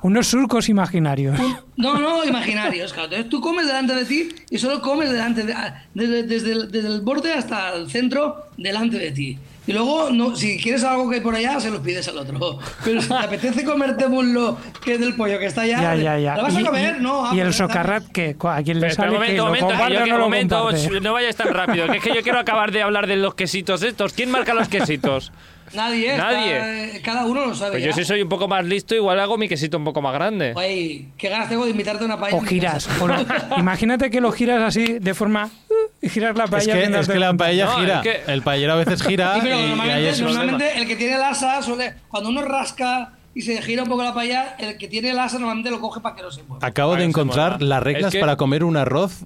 Speaker 2: unos surcos imaginarios.
Speaker 4: No, no, imaginarios, claro. Entonces tú comes delante de ti y solo comes delante de, a- desde, desde el, desde el borde hasta el centro delante de ti. Y luego, no, si quieres algo que hay por allá, se lo pides al otro. Pero si te apetece comerte muslo que es del pollo que está allá,
Speaker 2: Ya, ya, ya.
Speaker 4: ¿la vas a
Speaker 2: Y-
Speaker 4: comer?
Speaker 2: y,
Speaker 4: no. ah,
Speaker 2: y el
Speaker 4: pues ya está.
Speaker 2: socarrat, que ¿a quién le
Speaker 1: Pero, espera,
Speaker 2: sale? que
Speaker 1: momento, momento,
Speaker 2: lo
Speaker 1: que
Speaker 2: comparte
Speaker 1: yo
Speaker 2: o
Speaker 1: que-
Speaker 2: no lo
Speaker 1: momento,
Speaker 2: comparte?
Speaker 1: ch- no vayas tan rápido, que es que yo quiero acabar de hablar de los quesitos estos. ¿Quién marca los quesitos?
Speaker 4: Nadie, está- eh,
Speaker 1: Nadie.
Speaker 4: cada uno lo sabe.
Speaker 1: Pues
Speaker 4: ya.
Speaker 1: yo si soy un poco más listo, igual hago mi quesito un poco más grande.
Speaker 4: Guay, qué ganas tengo de invitarte a una paella.
Speaker 2: O
Speaker 4: en mi
Speaker 2: giras.
Speaker 4: casa.
Speaker 2: o lo- imagínate que lo giras así, de forma... uh, Y giras la
Speaker 3: Es
Speaker 2: paella.
Speaker 3: que,
Speaker 2: sin
Speaker 3: es
Speaker 2: darte
Speaker 3: que la
Speaker 2: cuenta.
Speaker 3: paella
Speaker 1: No,
Speaker 3: gira.
Speaker 1: es que-
Speaker 3: El paellero a veces gira.
Speaker 4: Sí, pero
Speaker 3: y- y ahí
Speaker 4: normalmente,
Speaker 3: es un problema.
Speaker 4: normalmente el que tiene el asa suele. Cuando uno rasca y se gira un poco la paella, el que tiene el asa normalmente lo coge para que no se mueva.
Speaker 3: Acabo de
Speaker 1: Parece
Speaker 3: encontrar
Speaker 1: mola.
Speaker 3: las reglas
Speaker 1: Es que-
Speaker 3: para comer un arroz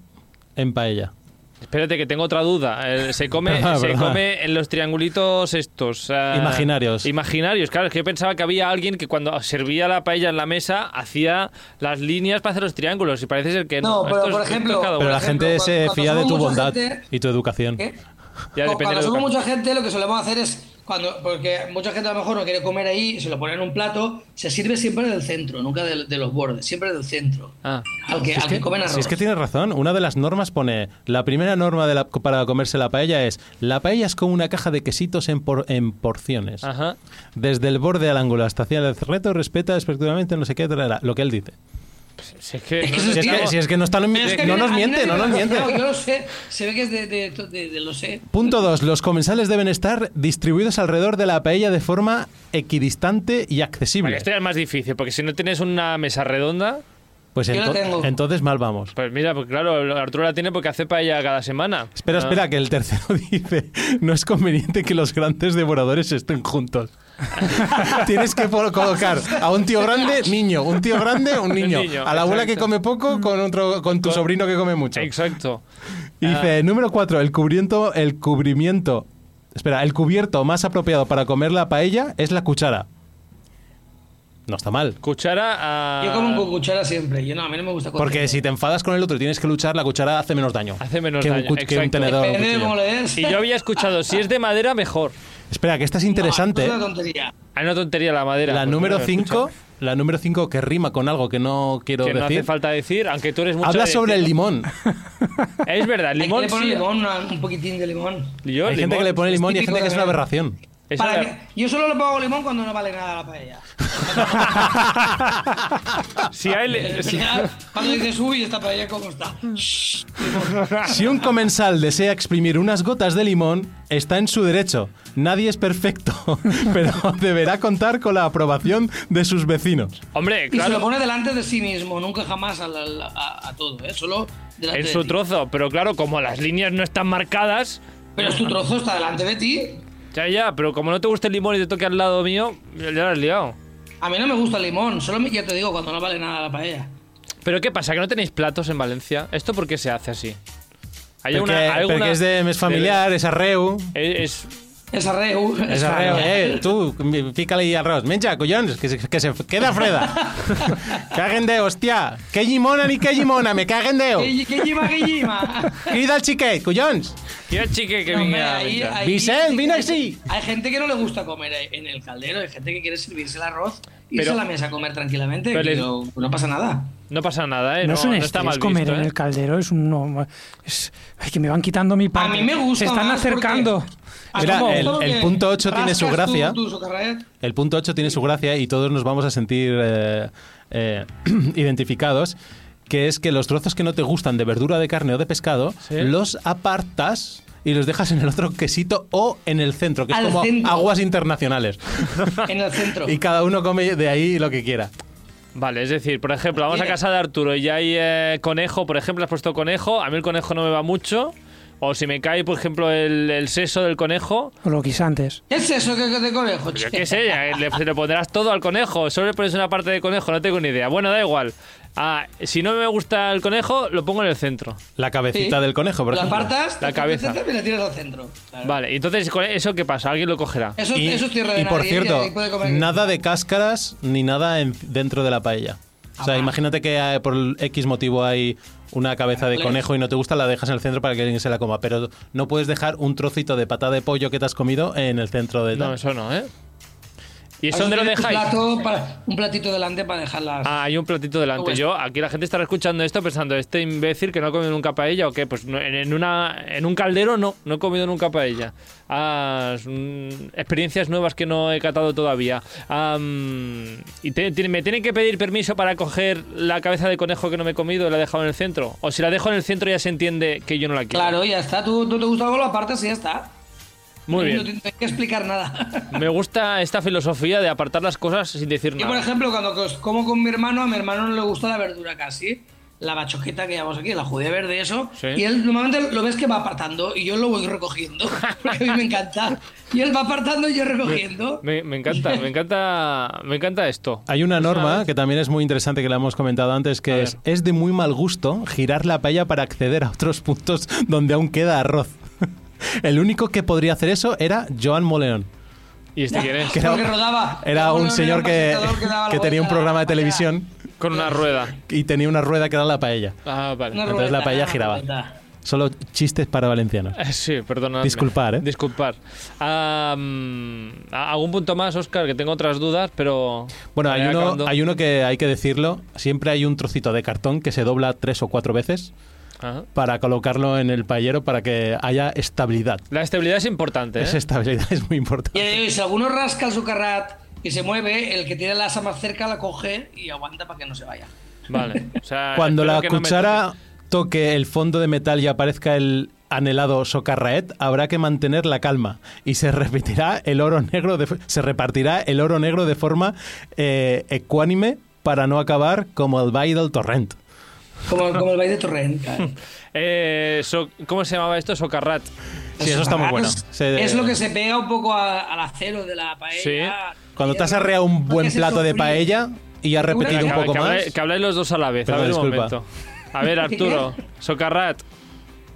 Speaker 3: en paella.
Speaker 1: Espérate, que tengo otra duda. Eh, se come,
Speaker 2: Ah,
Speaker 3: Perdona,
Speaker 1: se
Speaker 3: perdona.
Speaker 1: come en los triangulitos estos. eh,
Speaker 3: Imaginarios.
Speaker 1: Imaginarios, claro. Es que yo pensaba que había alguien que cuando servía la paella en la mesa hacía las líneas para hacer los triángulos. Y parece ser que no.
Speaker 4: No, pero,
Speaker 1: Esto es-
Speaker 4: por
Speaker 1: esto
Speaker 4: ejemplo,
Speaker 1: es cada uno.
Speaker 4: pero
Speaker 3: Pero la
Speaker 4: ejemplo,
Speaker 3: gente
Speaker 4: cuando-
Speaker 3: se
Speaker 4: cuando
Speaker 3: fía de
Speaker 4: somos
Speaker 3: tu
Speaker 4: mucha
Speaker 3: bondad
Speaker 4: gente-
Speaker 3: y tu educación.
Speaker 4: ¿Qué?
Speaker 1: Ya
Speaker 4: Cu-
Speaker 1: depende
Speaker 4: Cuando
Speaker 1: de
Speaker 4: somos
Speaker 1: educación.
Speaker 4: mucha gente, lo que solemos hacer es cuando, porque mucha gente a lo mejor no quiere comer ahí, se lo pone en un plato, se sirve siempre del centro, nunca del- de, los bordes, siempre del centro.
Speaker 1: Ah.
Speaker 4: Al que,
Speaker 3: Si es,
Speaker 4: al
Speaker 3: que,
Speaker 4: que comen arroz.
Speaker 3: si es que tienes razón, una de las normas pone, la primera norma de la- para comerse la paella es, la paella es como una caja de quesitos en, por- en porciones.
Speaker 4: Ah.
Speaker 1: Ajá.
Speaker 3: Desde el borde al ángulo hasta hacia el reto, respeta respectivamente no sé qué, tarara, lo que él dice.
Speaker 1: Si es que.
Speaker 4: Es que
Speaker 1: no-
Speaker 4: eso
Speaker 3: Si es que,
Speaker 4: Tío,
Speaker 3: si es que no, está-
Speaker 4: Pues Pero es que a
Speaker 3: no
Speaker 4: mí-
Speaker 3: nos
Speaker 4: a mí
Speaker 3: miente,
Speaker 4: nadie
Speaker 3: no
Speaker 4: me
Speaker 3: nos
Speaker 4: lo ha
Speaker 3: miente.
Speaker 4: contado, Yo lo sé, se ve que es de, de, de- de- lo sé.
Speaker 3: Punto 2. Los comensales deben estar distribuidos alrededor de la paella de forma equidistante y
Speaker 1: Vale,
Speaker 3: accesible.
Speaker 1: esto ya es más difícil, porque si no tienes una mesa redonda,
Speaker 3: Pues
Speaker 4: Yo lo
Speaker 3: ento-
Speaker 4: tengo.
Speaker 3: entonces mal vamos.
Speaker 1: pues mira, pues claro, Arturo la tiene porque hace paella cada semana.
Speaker 3: Espera,
Speaker 1: Ah.
Speaker 3: espera, que el tercero dice, no es conveniente que los grandes devoradores estén juntos. Tienes que por- colocar a un tío grande, niño, un tío grande, un niño,
Speaker 1: niño,
Speaker 3: a la abuela
Speaker 1: exacto. Mm.
Speaker 3: que come poco con, otro, con tu sobrino que come mucho.
Speaker 1: Exacto. Ah.
Speaker 3: Y dice, número 4, el cubriento, el cubrimiento, espera, el cubierto más apropiado para comer la paella es la cuchara. No está mal.
Speaker 1: Cuchara a.
Speaker 4: Yo como con cuchara siempre. Yo no, a mí no me gusta con
Speaker 3: Porque si te enfadas con el otro y tienes que luchar, la cuchara hace menos daño.
Speaker 1: Hace menos
Speaker 3: que un
Speaker 1: daño,
Speaker 3: cuch- que un
Speaker 1: exacto.
Speaker 3: tenedor. o un
Speaker 4: Depende de
Speaker 3: cuchillo.
Speaker 4: cómo le des.
Speaker 1: Y yo había escuchado, si es de madera, mejor.
Speaker 3: Espera, que esta es interesante. ¿eh?
Speaker 4: No, es una tontería.
Speaker 1: Hay una tontería la madera.
Speaker 3: La
Speaker 1: pues
Speaker 3: número
Speaker 1: no,
Speaker 3: 5, la número 5 que rima con algo que no quiero
Speaker 1: Que no hace
Speaker 3: decir.
Speaker 1: falta decir, aunque tú eres mucho.
Speaker 3: Habla
Speaker 1: de
Speaker 3: sobre el
Speaker 1: decir-
Speaker 3: limón.
Speaker 1: Es verdad, el
Speaker 4: Hay que
Speaker 1: limón.
Speaker 4: le poner
Speaker 1: sí. ¿eh?
Speaker 4: limón, una- un poquitín de limón.
Speaker 1: Yo,
Speaker 3: Hay gente
Speaker 1: limón.
Speaker 3: que le pone
Speaker 4: es
Speaker 3: limón y hay
Speaker 4: típico
Speaker 3: gente que es una
Speaker 4: de-
Speaker 3: aberración.
Speaker 1: Esa
Speaker 4: Para
Speaker 1: la-
Speaker 4: mí- yo solo le pongo limón cuando no vale nada la paella.
Speaker 1: Si hay. le- si-
Speaker 4: Ya, Cuando dices, uy, esta paella cómo está. Shh.
Speaker 3: Si un comensal desea exprimir unas gotas de limón, está en su derecho. Nadie es perfecto, pero deberá contar con la aprobación de sus vecinos.
Speaker 1: Hombre,
Speaker 4: Y se lo
Speaker 1: claro.
Speaker 4: pone delante de sí mismo, nunca jamás al- al- a, a todo, ¿eh? Solo delante
Speaker 1: En
Speaker 4: de
Speaker 1: su
Speaker 4: ti.
Speaker 1: trozo, pero claro, como las líneas no están marcadas.
Speaker 4: Pero es tu trozo, está delante de ti.
Speaker 1: Ya, ya, pero como no te gusta el limón y te toque al lado mío, ya la has liado.
Speaker 4: A mí no me gusta el limón, solo me- ya te digo cuando no vale nada la paella.
Speaker 1: Pero ¿qué pasa? ¿Que no tenéis platos en Valencia? ¿Esto por qué se hace así? Hay
Speaker 3: Porque,
Speaker 1: una-
Speaker 3: porque
Speaker 1: alguna-
Speaker 3: es de mes familiar, es arreu.
Speaker 1: Es,
Speaker 4: Es arreu.
Speaker 3: Es arreu, eh, tú, pícale ahí arroz. Menja, collons, que se, que se queda freda. caguen de, hostia. Que llimona ni que llimona, me caguen de. oh.
Speaker 4: ¿Qué, qué lleva, qué lleva?
Speaker 3: Crida al xiquet, collons.
Speaker 1: Mira, chique, que
Speaker 4: No, hombre,
Speaker 1: venga.
Speaker 4: ahí-
Speaker 1: venga.
Speaker 4: ahí-
Speaker 3: Vicent, vine
Speaker 4: hay-
Speaker 3: així.
Speaker 4: Hay gente que no le gusta comer en el caldero, hay gente que quiere servirse el arroz, irse
Speaker 1: Pero-
Speaker 4: a la mesa a comer tranquilamente,
Speaker 1: Pero
Speaker 4: que
Speaker 1: les-
Speaker 4: no, no pasa nada.
Speaker 1: No pasa nada, ¿eh? No,
Speaker 2: No, es un
Speaker 1: no
Speaker 2: estrés
Speaker 3: este,
Speaker 1: está mal
Speaker 2: comer
Speaker 1: visto,
Speaker 2: en
Speaker 1: ¿eh?
Speaker 2: el caldero, es un... no, es- ay, que me van quitando mi pan.
Speaker 4: A mí me
Speaker 2: Se
Speaker 4: gusta.
Speaker 2: están
Speaker 4: más porque-
Speaker 2: acercando.
Speaker 4: A mí
Speaker 3: Mira,
Speaker 4: me gusta
Speaker 3: el-
Speaker 4: porque
Speaker 3: el punto ocho tiene su
Speaker 4: rascas tú-
Speaker 3: gracia.
Speaker 4: tú, socarrat.
Speaker 3: El punto 8 tiene su gracia y todos nos vamos a sentir eh, eh, identificados, que es que los trozos que no te gustan de verdura, de carne o de pescado, los apartas y los dejas en el otro quesito o en el centro, que es
Speaker 4: Al
Speaker 3: como
Speaker 4: centro.
Speaker 3: aguas internacionales.
Speaker 4: en el centro.
Speaker 3: y cada uno come de ahí lo que quiera.
Speaker 1: Vale, es decir, por ejemplo, vamos a
Speaker 4: Mira.
Speaker 1: casa de Arturo y hay eh, conejo, por ejemplo, has puesto conejo, a mí el conejo no me va mucho. O si me cae, por ejemplo, el, el seso del conejo,
Speaker 2: O lo guisantes.
Speaker 4: ¿Qué es eso que que te conejo? che?
Speaker 1: yo qué sé, ya, eh, le, le pondrás todo al conejo, solo le pones una parte de conejo, no tengo ni idea. Bueno, da igual. Ah, si no me gusta el conejo, lo pongo en el centro.
Speaker 3: La cabecita
Speaker 4: Sí.
Speaker 3: del conejo, por
Speaker 4: la
Speaker 3: ejemplo.
Speaker 4: apartas,
Speaker 1: La
Speaker 4: te-
Speaker 1: cabeza.
Speaker 4: te- te- te la tiras al centro. Claro.
Speaker 1: Vale, entonces, ¿con ¿eso qué pasa? ¿Alguien lo cogerá?
Speaker 4: Eso,
Speaker 3: Y,
Speaker 4: eso es tierra de
Speaker 3: y por
Speaker 4: nadie,
Speaker 3: cierto,
Speaker 4: ahí puede comer-
Speaker 3: nada de cáscaras ni nada en- dentro de la paella. O
Speaker 4: Ah,
Speaker 3: sea, imagínate que eh, por X motivo hay una cabeza de
Speaker 4: Vale.
Speaker 3: conejo y no te gusta, la dejas en el centro para que alguien se la coma. Pero no puedes dejar un trocito de pata de pollo que te has comido en el centro de...
Speaker 1: No, eso no, ¿eh? ¿Y eso
Speaker 4: Ahí
Speaker 1: dónde lo
Speaker 4: tienes un
Speaker 1: dejáis?
Speaker 4: plato para- un platito delante para dejarlas.
Speaker 1: Ah, hay un platito delante.
Speaker 4: Pues-
Speaker 1: Yo, aquí la gente estará escuchando esto pensando, este imbécil que no ha comido nunca paella o qué, pues no- en, en una, en un caldero no, no he comido nunca paella. Ah, es un- experiencias nuevas que no he catado todavía. Am, ¿Y te- tiene- me tienen que pedir permiso para coger la cabeza de conejo que no me he comido y la he dejado en el centro? O si la dejo en el centro ya se entiende que yo no la quiero.
Speaker 4: Claro, ya está. Tú, tú te gusta algo, lo apartas y ya está.
Speaker 1: Muy
Speaker 4: No
Speaker 1: bien.
Speaker 4: tienes que explicar nada.
Speaker 1: Me gusta esta filosofía de apartar las cosas sin decir
Speaker 4: Yo, por
Speaker 1: nada.
Speaker 4: ejemplo, cuando cos- como con mi hermano, a mi hermano no le gusta la verdura casi. La bachoqueta que llamamos aquí, la judía verde, y eso.
Speaker 1: Sí.
Speaker 4: Y él normalmente lo ves que va apartando y yo lo voy recogiendo. Porque a mí me encanta. Y él va apartando y yo recogiendo.
Speaker 1: Me, me encanta, me encanta, me encanta esto. Pues
Speaker 3: Hay una norma que también es muy interesante que la hemos comentado antes, que es, es de muy mal gusto girar la paella para acceder a otros puntos donde aún queda arroz. el único que podría hacer eso era Joan Moleón.
Speaker 1: ¿Y este quién es?
Speaker 3: Que era-
Speaker 4: Porque rodaba.
Speaker 3: Era un señor que,
Speaker 4: presentador daba la
Speaker 3: que tenía un
Speaker 4: vuelta
Speaker 3: programa de
Speaker 4: para allá.
Speaker 3: televisión
Speaker 1: Con una rueda.
Speaker 3: y tenía una rueda que era la paella.
Speaker 1: Ah, vale.
Speaker 4: Una
Speaker 3: Entonces la
Speaker 4: ruleta,
Speaker 3: paella
Speaker 4: una
Speaker 3: giraba.
Speaker 4: ruleta.
Speaker 3: Solo chistes para valencianos.
Speaker 1: Eh, Sí, perdona.
Speaker 3: Disculpar, ¿eh?
Speaker 1: Disculpar. Ah, mm, ¿a- ¿Algún punto más, Oscar? Que tengo otras dudas, pero.
Speaker 3: Bueno, hay
Speaker 1: Vale,
Speaker 3: uno,
Speaker 1: acabando.
Speaker 3: hay uno que hay que decirlo. Siempre hay un trocito de cartón que se dobla tres o cuatro veces
Speaker 1: Ajá.
Speaker 3: para colocarlo en el paellero para que haya estabilidad.
Speaker 1: La estabilidad es importante. ¿eh?
Speaker 3: Esa estabilidad es
Speaker 4: Y
Speaker 3: muy importante.
Speaker 4: ahí, si alguno rasca el sucarrat y se mueve, el que tiene la asa más cerca la coge y aguanta para que no se vaya.
Speaker 1: Vale. o sea, Ah,
Speaker 3: Cuando
Speaker 1: espero
Speaker 3: la
Speaker 1: que no me
Speaker 3: cuchara toque el fondo de metal y aparezca el anhelado socarraet, habrá que mantener la calma y se repetirá el oro negro de, se repartirá el oro negro de forma eh, ecuánime para no acabar como el valle del torrent.
Speaker 4: Como, como el baile de Torrent. claro.
Speaker 1: toque. Eh, so- ¿Cómo se llamaba esto? Socarrat.
Speaker 3: Sí, eso está muy bueno.
Speaker 4: Es,
Speaker 3: Se-
Speaker 4: es lo que se pega un poco a- al acero de la paella.
Speaker 1: Sí.
Speaker 3: Cuando te has
Speaker 4: Paella,
Speaker 3: arreado un
Speaker 4: porque
Speaker 3: buen
Speaker 4: es el
Speaker 3: plato de
Speaker 4: sofrito.
Speaker 3: paella y has repetido un
Speaker 1: Venga,
Speaker 3: poco
Speaker 1: que,
Speaker 3: más,
Speaker 1: habláis- que habláis los dos a la vez.
Speaker 3: Perdón,
Speaker 1: a ver, un
Speaker 3: disculpa.
Speaker 1: momento. A ver, Arturo. Socarrat.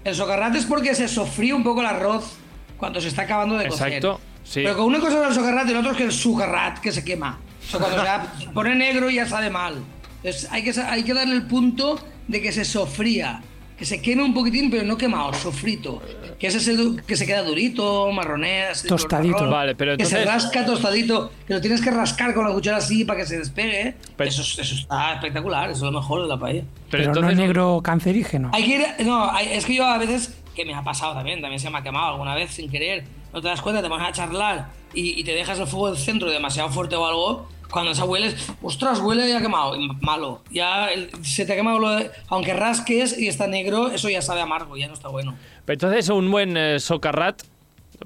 Speaker 4: El socarrat es porque se sofría un poco el arroz cuando se está acabando de cocer.
Speaker 1: Exacto, sí.
Speaker 4: Pero con una cosa es el socarrat y la otra es que el sucarrat que se quema. O sea, cuando se pone negro ya sabe mal. Entonces hay que, sa- hay que darle el punto de que se sofría. Que se queme un poquitín, pero no quemado, sofrito. Que ese es el du- que se queda durito, marronés.
Speaker 2: Tostadito.
Speaker 1: Vale, pero
Speaker 4: Que se
Speaker 1: entonces-
Speaker 4: rasca tostadito, que lo tienes que rascar con la cuchara así para que se despegue.
Speaker 1: Pero-
Speaker 4: eso, es- eso está espectacular, eso es lo mejor de la paella.
Speaker 1: Pero,
Speaker 2: Pero no
Speaker 1: entonces.
Speaker 2: es negro cancerígeno.
Speaker 4: Hay que ir- no, hay- es que yo a veces, que me ha pasado también, también se me ha quemado alguna vez sin querer, no te das cuenta, te vas a charlar y, y te dejas el fuego del centro demasiado fuerte o algo, cuando esa hueles, ostras, huele ya quemado, y malo, ya el- se te ha quemado, lo de- aunque rasques y está negro, eso ya sabe amargo, ya no está bueno.
Speaker 1: Pero Entonces, un buen eh, socarrat,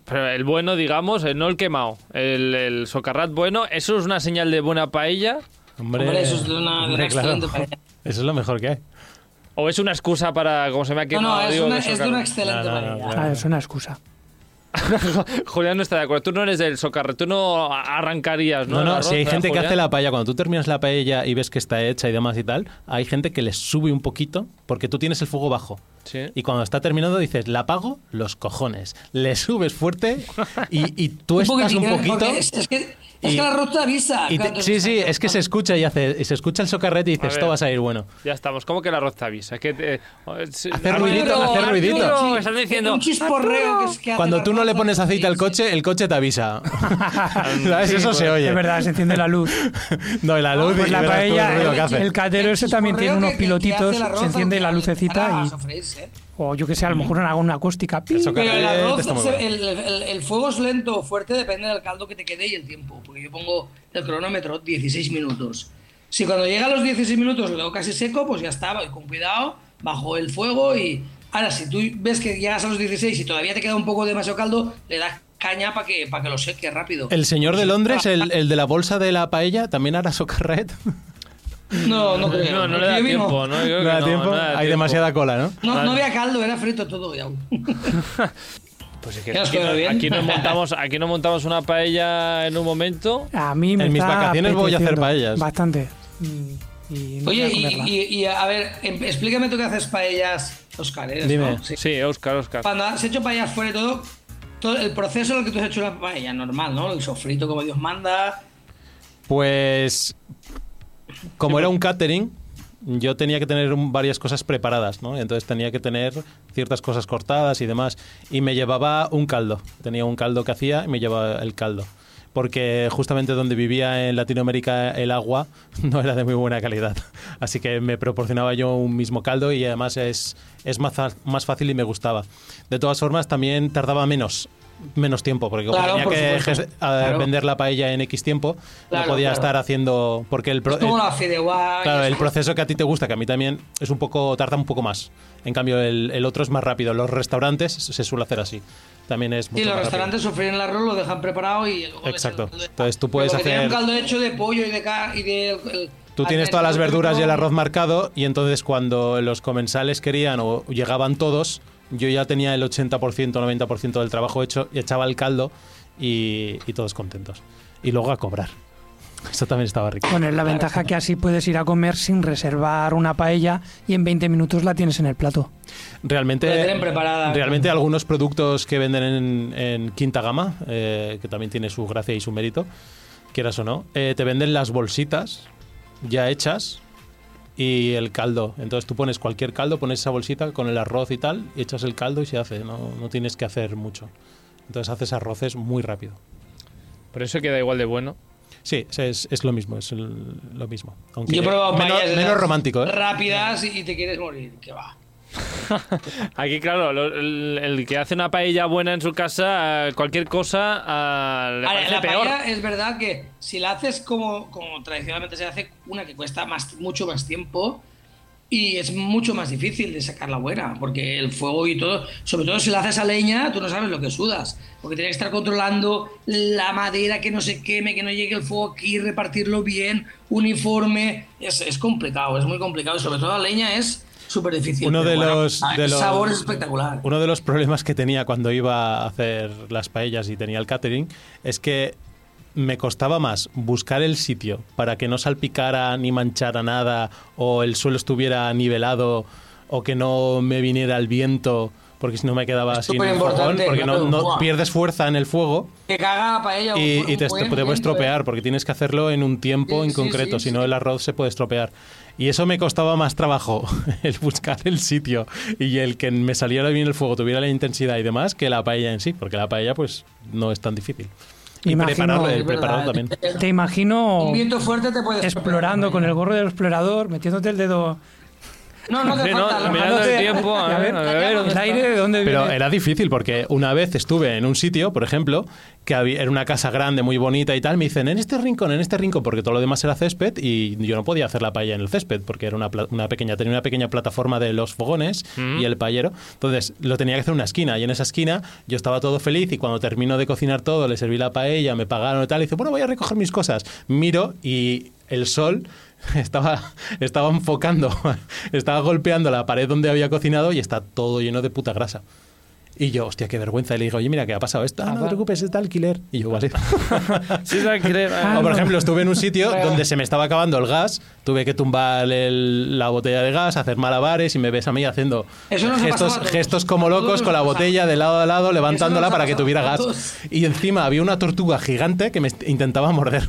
Speaker 1: pero el bueno, digamos, eh, no el quemado, el, el socarrat bueno, eso es una señal de buena paella
Speaker 3: hombre,
Speaker 4: Hombre, eso es de una- de
Speaker 3: hombre,
Speaker 4: una
Speaker 3: claro.
Speaker 4: excelente paella.
Speaker 3: Eso es lo mejor que hay.
Speaker 1: o es una excusa para, como se me ha
Speaker 4: No,
Speaker 1: quemado,
Speaker 4: no, es,
Speaker 1: digo,
Speaker 4: una,
Speaker 1: que
Speaker 4: es de
Speaker 1: socarrat.
Speaker 4: una excelente
Speaker 3: No, no, no,
Speaker 4: paella.
Speaker 3: no.
Speaker 2: Claro, Ah, es una excusa.
Speaker 1: Julián no está de acuerdo, tú no eres del socarrat, tú no a- arrancarías, ¿no?
Speaker 3: No,
Speaker 1: el
Speaker 3: no,
Speaker 1: arroz,
Speaker 3: si hay
Speaker 1: ¿verdad,
Speaker 3: gente que
Speaker 1: Julián?
Speaker 3: hace la paella, cuando tú terminas la paella y ves que está hecha y demás y tal, hay gente que les sube un poquito porque tú tienes el fuego bajo.
Speaker 1: Sí.
Speaker 3: Y cuando está terminando dices, la apago, los cojones. Le subes fuerte y, y tú estás un
Speaker 4: poquitín,
Speaker 3: poquito.
Speaker 4: porque Es, es que, es
Speaker 3: y-
Speaker 4: que la rota avisa.
Speaker 3: y te-
Speaker 4: cuando
Speaker 3: sí,
Speaker 4: se-
Speaker 3: sí, es que se escucha y hace, y se escucha el socarrete y
Speaker 1: A
Speaker 3: dices,
Speaker 1: ver.
Speaker 3: esto va a salir bueno.
Speaker 1: Ya estamos, ¿cómo que el arroz te avisa? Es que te- eh, es-
Speaker 3: Hacer
Speaker 1: Arturo,
Speaker 3: ruidito, hacer
Speaker 1: Arturo,
Speaker 3: ruidito.
Speaker 1: están diciendo...
Speaker 4: Un chisporreo que es que hace
Speaker 3: Cuando
Speaker 4: la
Speaker 3: tú no le
Speaker 4: rota,
Speaker 3: pones aceite al
Speaker 4: sí,
Speaker 3: coche, el coche te avisa. ¿Sabes?
Speaker 1: Sí,
Speaker 3: Eso se
Speaker 1: pues,
Speaker 3: oye.
Speaker 2: Es verdad, se enciende la luz.
Speaker 3: No, y la luz
Speaker 2: Pues
Speaker 3: y
Speaker 2: la
Speaker 3: verás tú el
Speaker 2: paella,
Speaker 3: ruido que
Speaker 2: el,
Speaker 3: hace.
Speaker 2: el catero ese también tiene
Speaker 4: Chisporreo
Speaker 2: unos
Speaker 4: que- que- que hace
Speaker 2: pilotitos,
Speaker 4: la roza,
Speaker 2: se enciende
Speaker 4: que
Speaker 2: la lucecita
Speaker 4: para
Speaker 2: y...
Speaker 4: sofreírse.
Speaker 2: O yo que sé, a lo mejor una, una acústica. ¡pim!
Speaker 3: Eso-
Speaker 4: Pero el,
Speaker 3: Carrete
Speaker 4: arroz,
Speaker 3: está muy
Speaker 4: se-
Speaker 3: bueno.
Speaker 4: el, el- el fuego es lento o fuerte, depende del caldo que te quede y el tiempo. Porque yo pongo el cronómetro 16 minutos. Si cuando llega a los 16 minutos lo veo casi seco, pues ya está, voy con cuidado, bajo el fuego y. Ahora, si tú ves que llegas a los 16 y todavía te queda un poco demasiado caldo, le das caña para que, para que lo seque rápido.
Speaker 3: El señor de Londres, el, el de la bolsa de la paella, también hará socarret.
Speaker 4: No, no creo.
Speaker 1: No, no le da
Speaker 4: Yo vi
Speaker 1: tiempo, ¿no? Yo creo que
Speaker 3: No da
Speaker 1: no,
Speaker 3: tiempo,
Speaker 1: no da
Speaker 3: hay
Speaker 1: tiempo.
Speaker 3: demasiada cola, ¿no?
Speaker 4: No, no había caldo, era frito todo ya.
Speaker 1: Pues es que
Speaker 4: Ya os
Speaker 1: aquí,
Speaker 4: quedó bien.
Speaker 1: aquí nos montamos, aquí nos montamos una paella en un momento.
Speaker 2: A mí me
Speaker 3: En mis
Speaker 2: está
Speaker 3: vacaciones voy a hacer
Speaker 2: apeteciendo
Speaker 3: paellas.
Speaker 2: Bastante. Y- y no voy
Speaker 4: Oye,
Speaker 2: a
Speaker 4: y,
Speaker 2: comerla.
Speaker 4: y- y, a ver, em- explícame tú qué haces paellas, Oscar. ¿eres,
Speaker 3: Dime.
Speaker 4: ¿no? Sí.
Speaker 1: Sí, Oscar, Oscar.
Speaker 4: Cuando has hecho paellas fuera y todo, todo el proceso en el que tú has hecho una paella normal, ¿no? El sofrito como Dios manda.
Speaker 3: Pues como
Speaker 4: pues
Speaker 3: era un catering, yo tenía que tener un- varias cosas preparadas, ¿no? Entonces tenía que tener ciertas cosas cortadas y demás. Y me llevaba un caldo. Tenía un caldo que hacía y me llevaba el caldo. Porque justamente donde vivía en Latinoamérica el agua no era de muy buena calidad. Así que me proporcionaba yo un mismo caldo y además es, es más, fa- más fácil y me gustaba. De todas formas, también tardaba menos, menos tiempo, porque como
Speaker 4: Claro,
Speaker 3: tenía
Speaker 4: por
Speaker 3: que
Speaker 4: supuesto.
Speaker 3: ges- a-
Speaker 4: Claro.
Speaker 3: vender la paella en X tiempo,
Speaker 4: Claro,
Speaker 3: no podía
Speaker 4: claro.
Speaker 3: estar haciendo. Porque el, pro-
Speaker 4: Es como
Speaker 3: el-
Speaker 4: la fideuá. y
Speaker 3: claro, el
Speaker 4: eso.
Speaker 3: proceso que a ti te gusta, que a mí también, es un poco. tarda un poco más. En cambio, el, el otro es más rápido. Los restaurantes se suele hacer así. También es mucho
Speaker 4: Y los
Speaker 3: más rápido.
Speaker 4: restaurantes sofríen el arroz, lo dejan preparado y luego le echan
Speaker 3: Exacto.
Speaker 4: el caldo de-
Speaker 3: Entonces tú puedes
Speaker 4: Pero que tenía
Speaker 3: hacer-
Speaker 4: un caldo hecho de pollo y de... ca- Y de el-
Speaker 3: Tú tienes
Speaker 4: el-
Speaker 3: todas las
Speaker 4: el-
Speaker 3: verduras y el arroz marcado, y entonces cuando los comensales querían o llegaban todos, yo ya tenía el 80%, 90% del trabajo hecho, y echaba el caldo y, y todos contentos. Y luego a cobrar. Esto también estaba rico.
Speaker 2: Bueno, es la ventaja que así puedes ir a comer sin reservar una paella y en 20 minutos la tienes en el plato.
Speaker 3: Realmente,
Speaker 4: La tienen preparada.
Speaker 3: realmente algunos productos que venden en, en quinta gama, eh, que también tiene su gracia y su mérito, quieras o no, eh, te venden las bolsitas ya hechas y el caldo. Entonces tú pones cualquier caldo, pones esa bolsita con el arroz y tal, y echas el caldo y se hace, no, no tienes que hacer mucho. Entonces haces arroces muy rápido.
Speaker 1: Por eso queda igual de bueno.
Speaker 3: Sí, es, es- es lo mismo, es el- lo mismo. Aunque
Speaker 4: Yo he probado
Speaker 3: menos,
Speaker 4: varias de
Speaker 3: menos
Speaker 4: esas
Speaker 3: romántico, ¿eh?
Speaker 4: Rápidas y, y te quieres morir, que va.
Speaker 1: Aquí, claro, lo- el, el que hace una paella buena en su casa, eh, cualquier cosa eh, le
Speaker 4: Ahora,
Speaker 1: parece
Speaker 4: la
Speaker 1: peor.
Speaker 4: paella es verdad que si la haces como, como tradicionalmente se hace, una que cuesta más, mucho más tiempo y es mucho más difícil de sacarla buena, porque el fuego y todo, sobre todo si la haces a leña, tú no sabes lo que sudas, porque tienes que estar controlando la madera que no se queme, que no llegue el fuego aquí, repartirlo bien, uniforme, es, es complicado, es muy complicado, y sobre todo a leña es súper difícil.
Speaker 3: Uno
Speaker 4: pero
Speaker 3: de
Speaker 4: bueno,
Speaker 3: los-
Speaker 4: ah,
Speaker 3: de
Speaker 4: el
Speaker 3: los-
Speaker 4: sabor es espectacular.
Speaker 3: Uno de los problemas que tenía cuando iba a hacer las paellas y tenía el catering es que me costaba más buscar el sitio para que no salpicara ni manchara nada o el suelo estuviera nivelado o que no me viniera el viento porque si no me quedaba
Speaker 4: Es
Speaker 3: sin
Speaker 4: superimportante,
Speaker 3: fogón porque no,
Speaker 4: claro,
Speaker 3: no
Speaker 4: buah.
Speaker 3: pierdes fuerza en el fuego
Speaker 4: Que caga paella
Speaker 3: y,
Speaker 4: un-
Speaker 3: y te,
Speaker 4: un buen
Speaker 3: te puede
Speaker 4: momento, ¿eh?
Speaker 3: estropear porque tienes que hacerlo en un tiempo
Speaker 4: Sí,
Speaker 3: en
Speaker 4: sí,
Speaker 3: concreto,
Speaker 4: sí,
Speaker 3: si no
Speaker 4: sí.
Speaker 3: el arroz se puede estropear. Y eso me costaba más trabajo, el buscar el sitio y el que me saliera bien el fuego, tuviera la intensidad y demás, que la paella en sí, porque la paella pues no es tan difícil. Y
Speaker 2: Imagino-
Speaker 3: prepararlo,
Speaker 4: Es
Speaker 3: el
Speaker 4: verdad,
Speaker 3: preparado también.
Speaker 2: Te imagino
Speaker 4: Un viento fuerte te puede
Speaker 2: explorando con el gorro del explorador, metiéndote el dedo.
Speaker 4: No, no te
Speaker 1: Sí, ¿no?
Speaker 4: falta. la
Speaker 1: Mirando el
Speaker 2: mojándote-
Speaker 1: tiempo, a
Speaker 2: a
Speaker 1: ver,
Speaker 2: ver,
Speaker 1: a ver, ¿dónde
Speaker 2: el
Speaker 1: está?
Speaker 2: aire de dónde
Speaker 3: Pero
Speaker 2: viene.
Speaker 3: era difícil porque una vez estuve en un sitio, por ejemplo, que había, era una casa grande, muy bonita y tal. Me dicen, en este rincón, en este rincón, porque todo lo demás era césped y yo no podía hacer la paella en el césped porque era una, pla- una pequeña, tenía una pequeña plataforma de los fogones
Speaker 2: Mm.
Speaker 3: y el paellero. Entonces lo tenía que hacer en una esquina y en esa esquina yo estaba todo feliz y cuando termino de cocinar todo, le serví la paella, me pagaron y tal. Y dice, bueno, voy a recoger mis cosas. Miro y el sol estaba, estaba enfocando, estaba golpeando la pared donde había cocinado y está todo lleno de puta grasa. Y yo, hostia, qué vergüenza. Y le digo, oye, mira, ¿qué ha pasado esto? Ah, no te preocupes, está alquiler. Y yo, vale.
Speaker 1: Sí, es alquiler, eh.
Speaker 4: Ah,
Speaker 3: o, por ejemplo, estuve en un sitio donde se me estaba acabando el gas, tuve que tumbar el- la botella de gas, hacer malabares y me ves a mí haciendo
Speaker 4: Eso nos ha
Speaker 3: gestos,
Speaker 4: pasado a todos.
Speaker 3: gestos como
Speaker 4: A todos
Speaker 3: locos
Speaker 4: nos
Speaker 3: con la
Speaker 4: ha pasado.
Speaker 3: botella de lado a lado, levantándola
Speaker 4: ha
Speaker 3: para que
Speaker 4: pasado
Speaker 3: tuviera
Speaker 4: a
Speaker 3: gas.
Speaker 4: todos.
Speaker 3: Y encima había una tortuga gigante que me est- intentaba morder.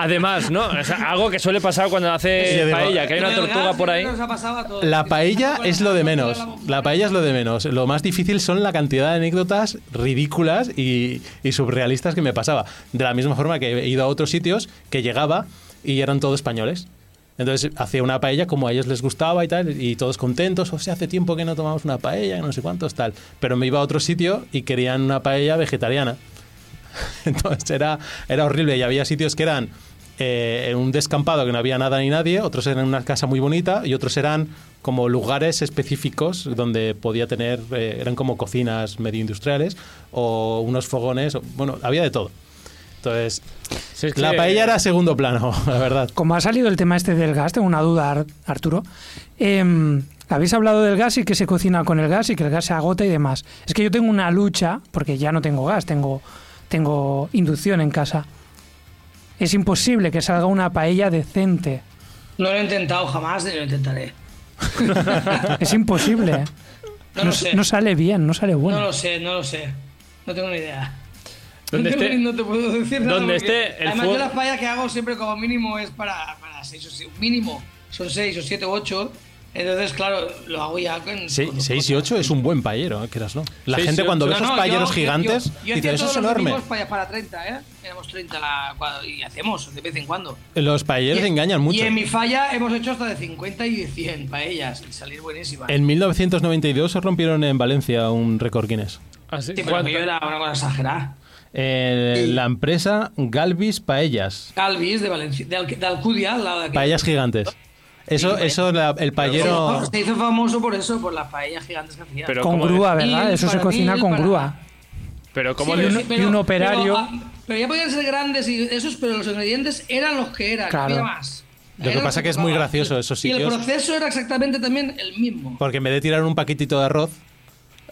Speaker 1: Además, ¿no? O sea, algo que suele pasar cuando
Speaker 3: Sí, yo
Speaker 1: hace
Speaker 3: digo,
Speaker 1: paella, que hay una
Speaker 4: Pero el
Speaker 1: tortuga
Speaker 4: gas
Speaker 1: por ahí.
Speaker 4: nos ha pasado a todos.
Speaker 3: La paella
Speaker 4: Con el
Speaker 3: es lo de
Speaker 4: gas,
Speaker 3: menos.
Speaker 4: con
Speaker 3: La paella es lo de menos. Lo más difícil son la cantidad de anécdotas ridículas y, y surrealistas que me pasaba. De la misma forma que he ido a otros sitios que llegaba y eran todos españoles. Entonces hacía una paella como a ellos les gustaba y tal, y todos contentos. O sea, hace tiempo que no tomamos una paella, no sé cuántos, tal. Pero me iba a otro sitio y querían una paella vegetariana. Entonces era, era horrible y había sitios que eran eh, en un descampado que no había nada ni nadie, otros eran una casa muy bonita y otros eran como lugares específicos donde podía tener, eh, eran como cocinas medio industriales o unos fogones, o- bueno, había de todo. Entonces,
Speaker 1: Sí, es que-
Speaker 3: la paella era segundo plano, la verdad.
Speaker 2: Como ha salido el tema este del gas, tengo una duda, Ar- Arturo. Em, habéis hablado del gas y que se cocina con el gas y que el gas se agota y demás. Es que yo tengo una lucha, porque ya no tengo gas, tengo, tengo inducción en casa. Es imposible que salga una paella decente.
Speaker 4: No lo he intentado jamás ni lo intentaré.
Speaker 2: Es imposible. ¿eh?
Speaker 4: No lo sé.
Speaker 2: no sale bien, no sale bueno.
Speaker 4: No lo sé, no lo sé. No tengo ni idea.
Speaker 1: Donde
Speaker 4: no, tengo
Speaker 1: esté-
Speaker 4: ni- no te puedo decir nada.
Speaker 1: donde
Speaker 4: porque-
Speaker 1: esté el
Speaker 4: Además,
Speaker 1: fuego-
Speaker 4: yo las paellas que hago siempre como mínimo es para, para seis o siete. Mínimo son seis o siete o ocho. Entonces, claro, lo hago ya con.
Speaker 3: Se-
Speaker 4: con-
Speaker 3: seis y ocho es un buen paellero, eh, queraslo. La
Speaker 1: Seis
Speaker 3: gente
Speaker 1: y
Speaker 3: cuando
Speaker 1: ocho.
Speaker 3: ve
Speaker 1: No,
Speaker 3: esos
Speaker 4: no,
Speaker 3: paelleros
Speaker 4: yo-
Speaker 3: gigantes,
Speaker 4: yo- yo
Speaker 3: dice,
Speaker 4: hacía
Speaker 3: eso es
Speaker 4: todos los
Speaker 3: enorme.
Speaker 4: domingos Para, para 30, ¿eh? Éramos 30 la, cuadro- y hacemos de vez en cuando.
Speaker 3: Los paelleros engañan mucho.
Speaker 4: Y en mi falla hemos hecho hasta de 50 y de 100 paellas y salir buenísimas.
Speaker 3: En 1992 se rompieron en Valencia un récord Guinness.
Speaker 1: Ah, sí,
Speaker 4: Sí, pero
Speaker 1: ¿cuánto?
Speaker 4: yo era una cosa exagerada.
Speaker 3: Eh,
Speaker 4: Sí.
Speaker 3: La empresa Galvis Paellas.
Speaker 4: Calvis de Valencia, de, Al- de Alcudia, al lado de aquí.
Speaker 3: Paellas gigantes. Eso,
Speaker 4: Sí,
Speaker 3: eso la- el paellero.
Speaker 4: Se hizo famoso por eso, por las paellas gigantes que hacía.
Speaker 1: Pero
Speaker 2: con
Speaker 1: ¿cómo de-
Speaker 2: grúa, ¿verdad?
Speaker 4: Y
Speaker 2: Eso se
Speaker 4: para
Speaker 2: cocina
Speaker 4: mí,
Speaker 2: con
Speaker 4: para-
Speaker 2: grúa.
Speaker 1: Pero
Speaker 4: Sí,
Speaker 1: ¿cómo
Speaker 4: pero
Speaker 1: le-
Speaker 2: un-
Speaker 4: sí, pero-
Speaker 2: y un
Speaker 4: pero,
Speaker 2: operario.
Speaker 4: ah, Pero, ya podían ser grandes y esos, pero los ingredientes eran los que eran.
Speaker 2: Claro.
Speaker 4: no había más.
Speaker 3: Lo que
Speaker 4: Era
Speaker 3: pasa que es
Speaker 4: tocaba.
Speaker 3: muy gracioso esos
Speaker 4: Y el
Speaker 3: sitios.
Speaker 4: proceso era exactamente también el mismo.
Speaker 3: Porque en vez de tirar un paquetito de arroz,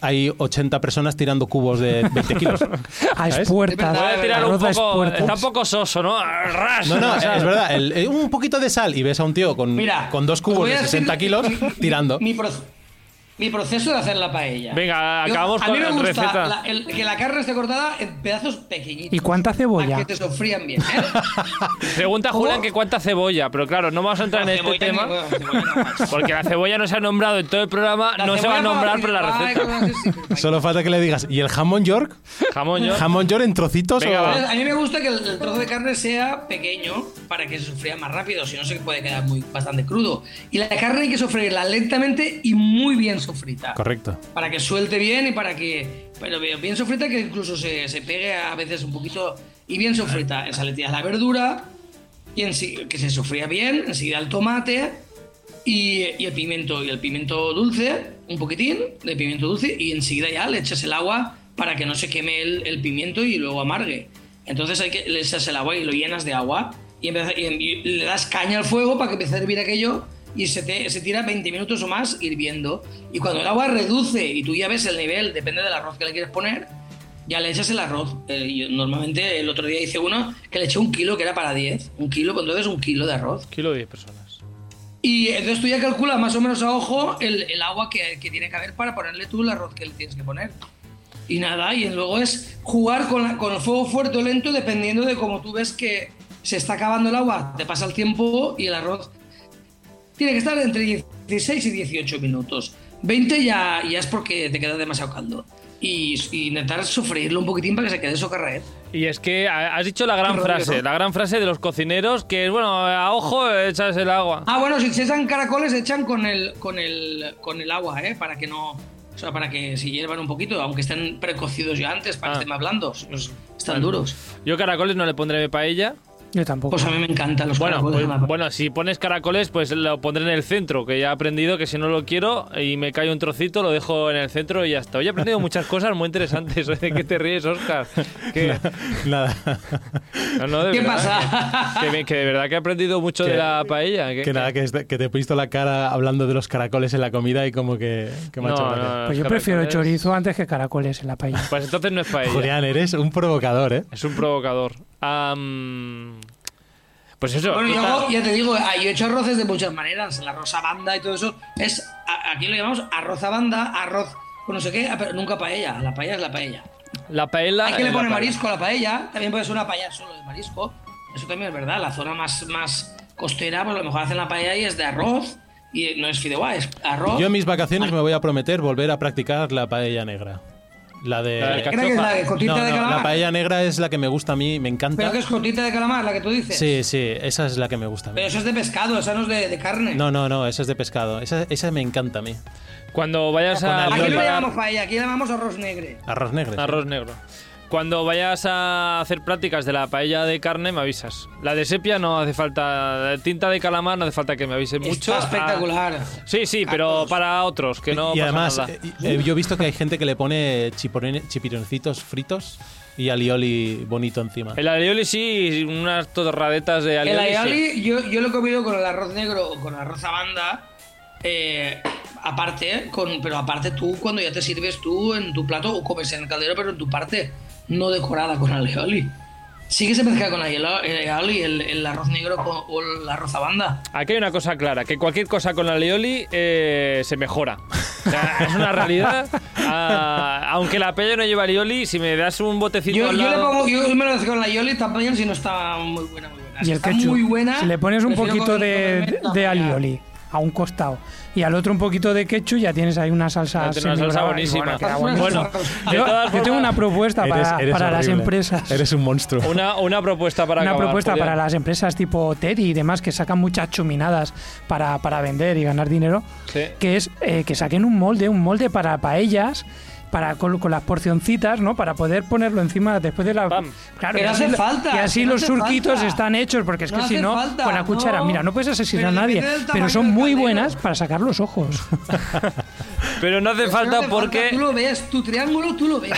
Speaker 3: hay 80 personas tirando cubos de 20 kilos.
Speaker 2: A
Speaker 3: ¿Sabes?
Speaker 2: espuertas.
Speaker 1: Voy a tirar un
Speaker 2: arroz a
Speaker 1: poco.
Speaker 2: espuertas.
Speaker 1: Está un poco soso, ¿no? Ras,
Speaker 3: No, no,
Speaker 1: o sea,
Speaker 3: es verdad. el- eh, un poquito de sal y ves a un tío con,
Speaker 4: Mira,
Speaker 3: con dos
Speaker 4: os
Speaker 3: cubos
Speaker 4: voy a
Speaker 3: de
Speaker 4: decir
Speaker 3: 60 kilos
Speaker 4: mi- mi-
Speaker 3: tirando.
Speaker 4: Mi, proce- mi proceso de hacer la paella.
Speaker 1: Venga, acabamos
Speaker 4: a mí
Speaker 1: con
Speaker 4: me
Speaker 1: la
Speaker 4: gusta
Speaker 1: receta.
Speaker 4: la- el- que la carne esté cortada en pedazos pequeñitos.
Speaker 2: ¿Y cuánta
Speaker 4: para
Speaker 2: cebolla?
Speaker 4: que te sofrían bien. ¿eh?
Speaker 1: Pregunta Julián
Speaker 4: Oh.
Speaker 1: que cuánta cebolla, pero claro, no vamos a entrar en
Speaker 4: La
Speaker 1: este
Speaker 4: cebolla ni-
Speaker 1: tema.
Speaker 4: bueno, cebolla no más.
Speaker 1: Porque la cebolla no se ha nombrado en todo el programa,
Speaker 4: La
Speaker 1: no se va a
Speaker 4: cebolla no
Speaker 1: nombrar por
Speaker 4: decir,
Speaker 1: la
Speaker 4: "Ay,
Speaker 1: receta.
Speaker 4: cómo este no sé si-".
Speaker 3: Solo falta que le digas, ¿y el jamón york?
Speaker 1: Jamón yo.
Speaker 3: ¿Jamón york en trocitos?
Speaker 1: Venga,
Speaker 3: o-
Speaker 1: va.
Speaker 4: A mí me gusta que el, el trozo de carne sea pequeño para que se sofría más rápido, si no se puede quedar muy bastante crudo. Y la carne hay que sofreírla lentamente y muy bien sofrita.
Speaker 3: Correcto.
Speaker 4: Para que suelte bien y para que. Pero bien, bien sofrita que incluso se, se pegue a veces un poquito. Y bien sofrita. Ensaleteas la verdura y ensi- que se sofría bien. Enseguida el tomate y, y el pimiento. Y el pimiento dulce, un poquitín de pimiento dulce. Y enseguida ya le echas el agua para que no se queme el, el pimiento y luego amargue. Entonces hay que, le echas el agua y lo llenas de agua. Y, empieza- y- y le das caña al fuego para que empiece a hervir aquello y se, te- se tira 20 minutos o más hirviendo. Y cuando el agua reduce y tú ya ves el nivel, depende del arroz que le quieres poner, ya le echas el arroz. Eh, yo normalmente el otro día hice uno que le eché un kilo, que era para 10. Un kilo, pues entonces un kilo de arroz.
Speaker 1: Kilo de 10 personas.
Speaker 4: Y entonces tú ya calculas más o menos a ojo el, el agua que, que tiene que haber para ponerle tú el arroz que le tienes que poner. Y nada, y luego es jugar con, la- con el fuego fuerte o lento dependiendo de cómo tú ves que se está acabando el agua, te pasa el tiempo y el arroz tiene que estar entre 16 y 18 minutos. 20 ya, ya es porque te queda demasiado caldo. Y, y intentar sofreírlo un poquitín para que se quede socarrer.
Speaker 1: Y es que ha- has dicho la gran
Speaker 4: Rodrigo.
Speaker 1: frase, la gran frase de los cocineros, que es, bueno, a ojo echas el agua.
Speaker 4: Ah, bueno, si se echan caracoles, se echan con el, con el, con el agua, ¿eh? Para que no. O sea, para que se hiervan un poquito, aunque estén precocidos ya antes,
Speaker 1: Ah.
Speaker 4: para que estén más blandos. No es- están duros.
Speaker 1: Yo caracoles no le pondré a mi paella.
Speaker 2: Yo tampoco.
Speaker 4: Pues a mí me encantan los
Speaker 1: Bueno,
Speaker 4: caracoles.
Speaker 1: pues-
Speaker 4: en la-
Speaker 1: bueno, si pones caracoles, pues lo pondré en el centro, que ya he aprendido que si no lo quiero y me cae un trocito, lo dejo en el centro y ya está. Hoy he aprendido muchas cosas muy interesantes. ¿eh? ¿De qué te ríes, Oscar? Que,
Speaker 3: Nada.
Speaker 1: no, no, de
Speaker 4: ¿Qué
Speaker 1: verdad, ¿eh?
Speaker 4: pasa?
Speaker 1: Que, que me- que de verdad que he aprendido mucho
Speaker 3: Que-
Speaker 1: de la paella.
Speaker 3: que nada, que, este- que te he visto la cara hablando de los caracoles en la comida y como que, que me ha
Speaker 1: No,
Speaker 3: hecho
Speaker 1: no,
Speaker 3: gracia.
Speaker 1: no,
Speaker 2: Pues yo
Speaker 1: los
Speaker 2: prefiero
Speaker 1: caracoles-
Speaker 2: chorizo antes que caracoles en la paella.
Speaker 1: Pues entonces no es paella.
Speaker 3: Julián, eres un provocador, ¿eh?
Speaker 1: Es un provocador. Am, pues eso.
Speaker 4: Bueno, yo
Speaker 1: total.
Speaker 4: hago- ya te digo, ah, yo he hecho arroces de muchas maneras. La arroz a banda y todo eso. Es, a- aquí lo llamamos arroz a banda, arroz con no sé qué, ah, pero nunca paella. La paella es la paella.
Speaker 1: la paella.
Speaker 4: Hay que le
Speaker 1: es la
Speaker 4: pone
Speaker 1: paella.
Speaker 4: marisco a la paella. También puede ser una paella solo de marisco. Eso también es verdad. La zona más, más costera, pues a lo mejor hacen la paella y es de arroz. Y no es fideuá, es arroz.
Speaker 3: Yo en mis vacaciones me voy a prometer volver a practicar la paella negra. La de...
Speaker 1: La del
Speaker 4: Creo que es la de cotita
Speaker 3: No,
Speaker 4: de
Speaker 3: no,
Speaker 4: calamar.
Speaker 3: la paella negra es la que me gusta a mí, me encanta.
Speaker 4: Pero que es cotita de calamar, la que tú dices.
Speaker 3: Sí, sí, esa es la que me gusta a mí.
Speaker 4: Pero eso es de pescado, eso no es de, de carne.
Speaker 3: No, no, no, esa es de pescado. Esa, esa me encanta a mí.
Speaker 1: Cuando vayas
Speaker 3: Con
Speaker 1: a.
Speaker 3: alioli.
Speaker 4: Aquí no le
Speaker 1: preparar-
Speaker 4: llamamos paella, aquí le llamamos arroz negre.
Speaker 3: Arroz negro.
Speaker 1: Arroz negro. Cuando vayas a hacer prácticas de la paella de carne, me avisas. La de sepia no hace falta. la de tinta de calamar no hace falta que me avises mucho.
Speaker 4: Está espectacular.
Speaker 1: Ah, sí, sí, pero
Speaker 4: Carlos.
Speaker 1: para otros, que no
Speaker 3: y
Speaker 1: pasa
Speaker 3: además,
Speaker 1: nada.
Speaker 3: eh, eh, yo he visto que hay gente que le pone chiporone- chipironcitos fritos y alioli bonito encima.
Speaker 1: El alioli sí, unas torradetas de alioli.
Speaker 4: El
Speaker 1: sí.
Speaker 4: aioli, yo, yo lo he comido con el arroz negro o con arroz a banda. eh, aparte, con, pero aparte tú, cuando ya te sirves tú en tu plato o comes en el caldero, pero en tu parte, no decorada con alioli. Sí que se mezcla con aiolo- el aioli, el, el arroz negro con- o el arroz a banda.
Speaker 1: Aquí hay una cosa clara, que cualquier cosa con alioli eh, se mejora. O sea, es una realidad. Ah, aunque la paella no lleva alioli, si me das un botecito
Speaker 4: Yo,
Speaker 1: al
Speaker 4: yo le
Speaker 1: lado-
Speaker 4: pongo, yo me lo dejo con la aioli también si no está muy buena, muy buena.
Speaker 2: Y
Speaker 4: Si
Speaker 2: el
Speaker 4: está
Speaker 2: ketchup.
Speaker 4: muy buena,
Speaker 2: si le pones un
Speaker 4: prefiero
Speaker 2: poquito
Speaker 4: comer-
Speaker 2: de,
Speaker 4: comerme la
Speaker 2: de
Speaker 4: paella.
Speaker 2: alioli a un costado y al otro un poquito de ketchup, ya tienes ahí una salsa.
Speaker 1: Ah, tiene una salsa
Speaker 2: semibrava y
Speaker 1: buenísima.
Speaker 2: bueno, queda
Speaker 4: buenísimo.
Speaker 1: Bueno,
Speaker 2: buenísima.
Speaker 1: de
Speaker 2: yo,
Speaker 1: todas
Speaker 2: yo tengo
Speaker 1: formas-
Speaker 2: una propuesta
Speaker 3: Eres-
Speaker 2: para,
Speaker 3: eres
Speaker 2: para las
Speaker 3: horrible.
Speaker 2: empresas.
Speaker 3: Eres un monstruo.
Speaker 1: Una, una propuesta para
Speaker 2: una
Speaker 1: acabar,
Speaker 2: propuesta
Speaker 1: Julián.
Speaker 2: para las empresas tipo Teddy y demás que sacan muchas chuminadas para, para vender y ganar dinero,
Speaker 1: Sí.
Speaker 2: que es eh, que saquen un molde, un molde para paellas, para con, con las porcioncitas, ¿no? Para poder ponerlo encima después de la.
Speaker 1: Pam.
Speaker 2: Claro,
Speaker 4: Pero
Speaker 2: y así
Speaker 4: hace
Speaker 2: lo-
Speaker 4: falta,
Speaker 2: Y así
Speaker 4: que no
Speaker 2: los
Speaker 4: hace
Speaker 2: surquitos
Speaker 4: falta.
Speaker 2: están hechos, porque es que
Speaker 4: No
Speaker 2: si
Speaker 4: hace
Speaker 2: no,
Speaker 4: falta,
Speaker 2: con la cuchara,
Speaker 4: no.
Speaker 2: mira, no puedes asesinar
Speaker 4: Pero
Speaker 2: a nadie,
Speaker 4: depende del
Speaker 2: pero
Speaker 4: tamaño
Speaker 2: son
Speaker 4: del
Speaker 2: muy
Speaker 4: caldero.
Speaker 2: buenas para sacar los ojos.
Speaker 1: Pero no hace falta
Speaker 4: No te
Speaker 1: porque...
Speaker 4: Tú lo ves, tu triángulo tú lo ves.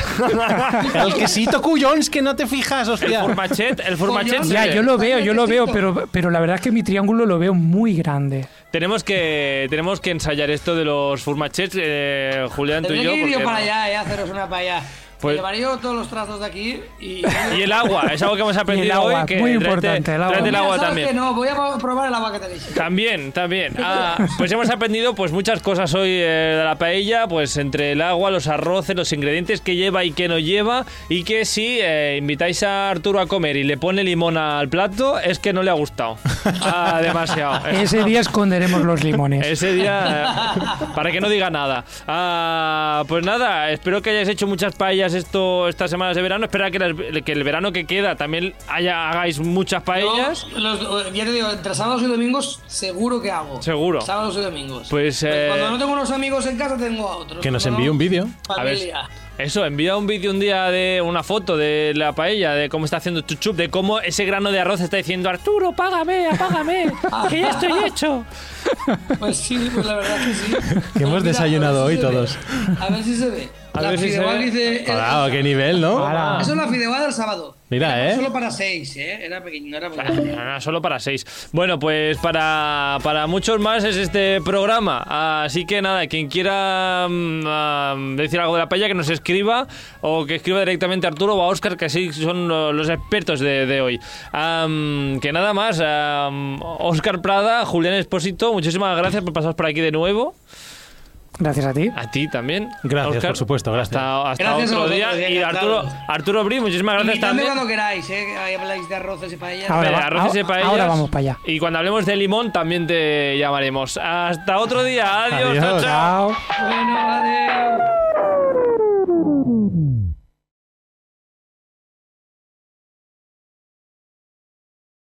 Speaker 3: El quesito cuyons que no te fijas, hostia.
Speaker 1: Fourmachet, el Fourmachet.
Speaker 4: Coño,
Speaker 1: se
Speaker 2: ya,
Speaker 1: ve.
Speaker 2: yo lo veo, yo lo veo,
Speaker 4: necesito.
Speaker 2: pero, pero la verdad es que mi triángulo lo veo muy grande.
Speaker 1: Tenemos que tenemos que ensayar esto de los Fourmachets, eh, Julián, tú y
Speaker 4: Tendré
Speaker 1: yo.
Speaker 4: que ir yo
Speaker 1: porque
Speaker 4: para
Speaker 1: no.
Speaker 4: allá, eh, haceros una para allá.
Speaker 1: Pues-
Speaker 4: Le varío todos los trastos de aquí y...
Speaker 1: Y el agua, es algo que hemos aprendido
Speaker 2: agua,
Speaker 1: hoy. Que
Speaker 2: muy
Speaker 1: tráete-
Speaker 2: importante, el agua.
Speaker 1: tráete
Speaker 4: Mira, ¿sabes
Speaker 1: también.
Speaker 4: qué? No, voy a probar el agua que tenéis.
Speaker 1: También, también. Ah, pues hemos aprendido pues muchas cosas hoy eh, de la paella, pues entre el agua, los arroces, los ingredientes que lleva y que no lleva, y que si eh, invitáis a Arturo a comer y le pone limón al plato, es que no le ha gustado. Ah, demasiado.
Speaker 2: Ese día esconderemos los limones.
Speaker 1: Ese día, eh, para que no diga nada. Ah, pues nada, espero que hayáis hecho muchas paellas esto, estas semanas de verano. Espera que, las- que el verano que queda también haya, hagáis muchas paellas.
Speaker 4: Yo, los- ya te digo, entre sábados y domingos seguro que hago.
Speaker 1: Seguro.
Speaker 4: Sábados y domingos.
Speaker 1: Pues, eh,
Speaker 4: Cuando no tengo unos amigos en casa, tengo a otros.
Speaker 3: Que nos
Speaker 4: Cuando
Speaker 3: envíe
Speaker 4: no,
Speaker 3: un vídeo.
Speaker 1: A ver,
Speaker 4: Familia.
Speaker 1: eso, envía un vídeo un día de una foto de la paella, de cómo está haciendo Chuchup, de cómo ese grano de arroz está diciendo Arturo, págame, apágame, que ya estoy hecho.
Speaker 4: Pues sí, pues la verdad que sí.
Speaker 3: Que hemos
Speaker 4: Pues mira,
Speaker 3: desayunado
Speaker 4: a ver si se
Speaker 3: hoy
Speaker 4: ve.
Speaker 3: todos.
Speaker 4: A ver si se ve.
Speaker 1: A
Speaker 4: la
Speaker 1: ver si se
Speaker 4: fideuá
Speaker 1: ve.
Speaker 4: dice. eh,
Speaker 3: Wow, qué nivel, ¿no?
Speaker 2: Ahora,
Speaker 4: Eso es la fideuá del sábado.
Speaker 3: Mira,
Speaker 4: Era
Speaker 3: ¿eh?
Speaker 4: eh, Solo para seis, ¿eh? Era pequeño, no era para.
Speaker 1: No, no, Ah, solo para seis. Bueno, pues para, para muchos más es este programa. Así que nada, quien quiera mm, ah, decir algo de la paella, que nos escriba o que escriba directamente a Arturo o a Oscar, que sí son lo- los expertos de, de hoy. Am, que nada más, Oscar Prada, Julián Espósito, muchísimas gracias por pasar por aquí de nuevo.
Speaker 2: gracias a ti.
Speaker 1: A ti también.
Speaker 3: Gracias,
Speaker 1: Óscar.
Speaker 3: por supuesto, gracias.
Speaker 1: Hasta, hasta
Speaker 4: Gracias a
Speaker 1: otro
Speaker 4: vosotros,
Speaker 1: día.
Speaker 4: bien,
Speaker 1: Y
Speaker 4: encantado.
Speaker 1: Arturo, Arturo Bri, muchísimas gracias
Speaker 4: Invitadme
Speaker 1: también.
Speaker 4: cuando queráis, ¿eh? Que Ahí habláis de arroces y paellas.
Speaker 2: Ahora
Speaker 1: Vale,
Speaker 2: va-
Speaker 1: arroces y
Speaker 2: ahora-
Speaker 1: paellas.
Speaker 2: ahora vamos para allá.
Speaker 1: Y cuando hablemos de limón también te llamaremos. Hasta otro día. Adiós.
Speaker 3: Adiós.
Speaker 1: chao, chao.
Speaker 2: Chao.
Speaker 4: Bueno, adiós.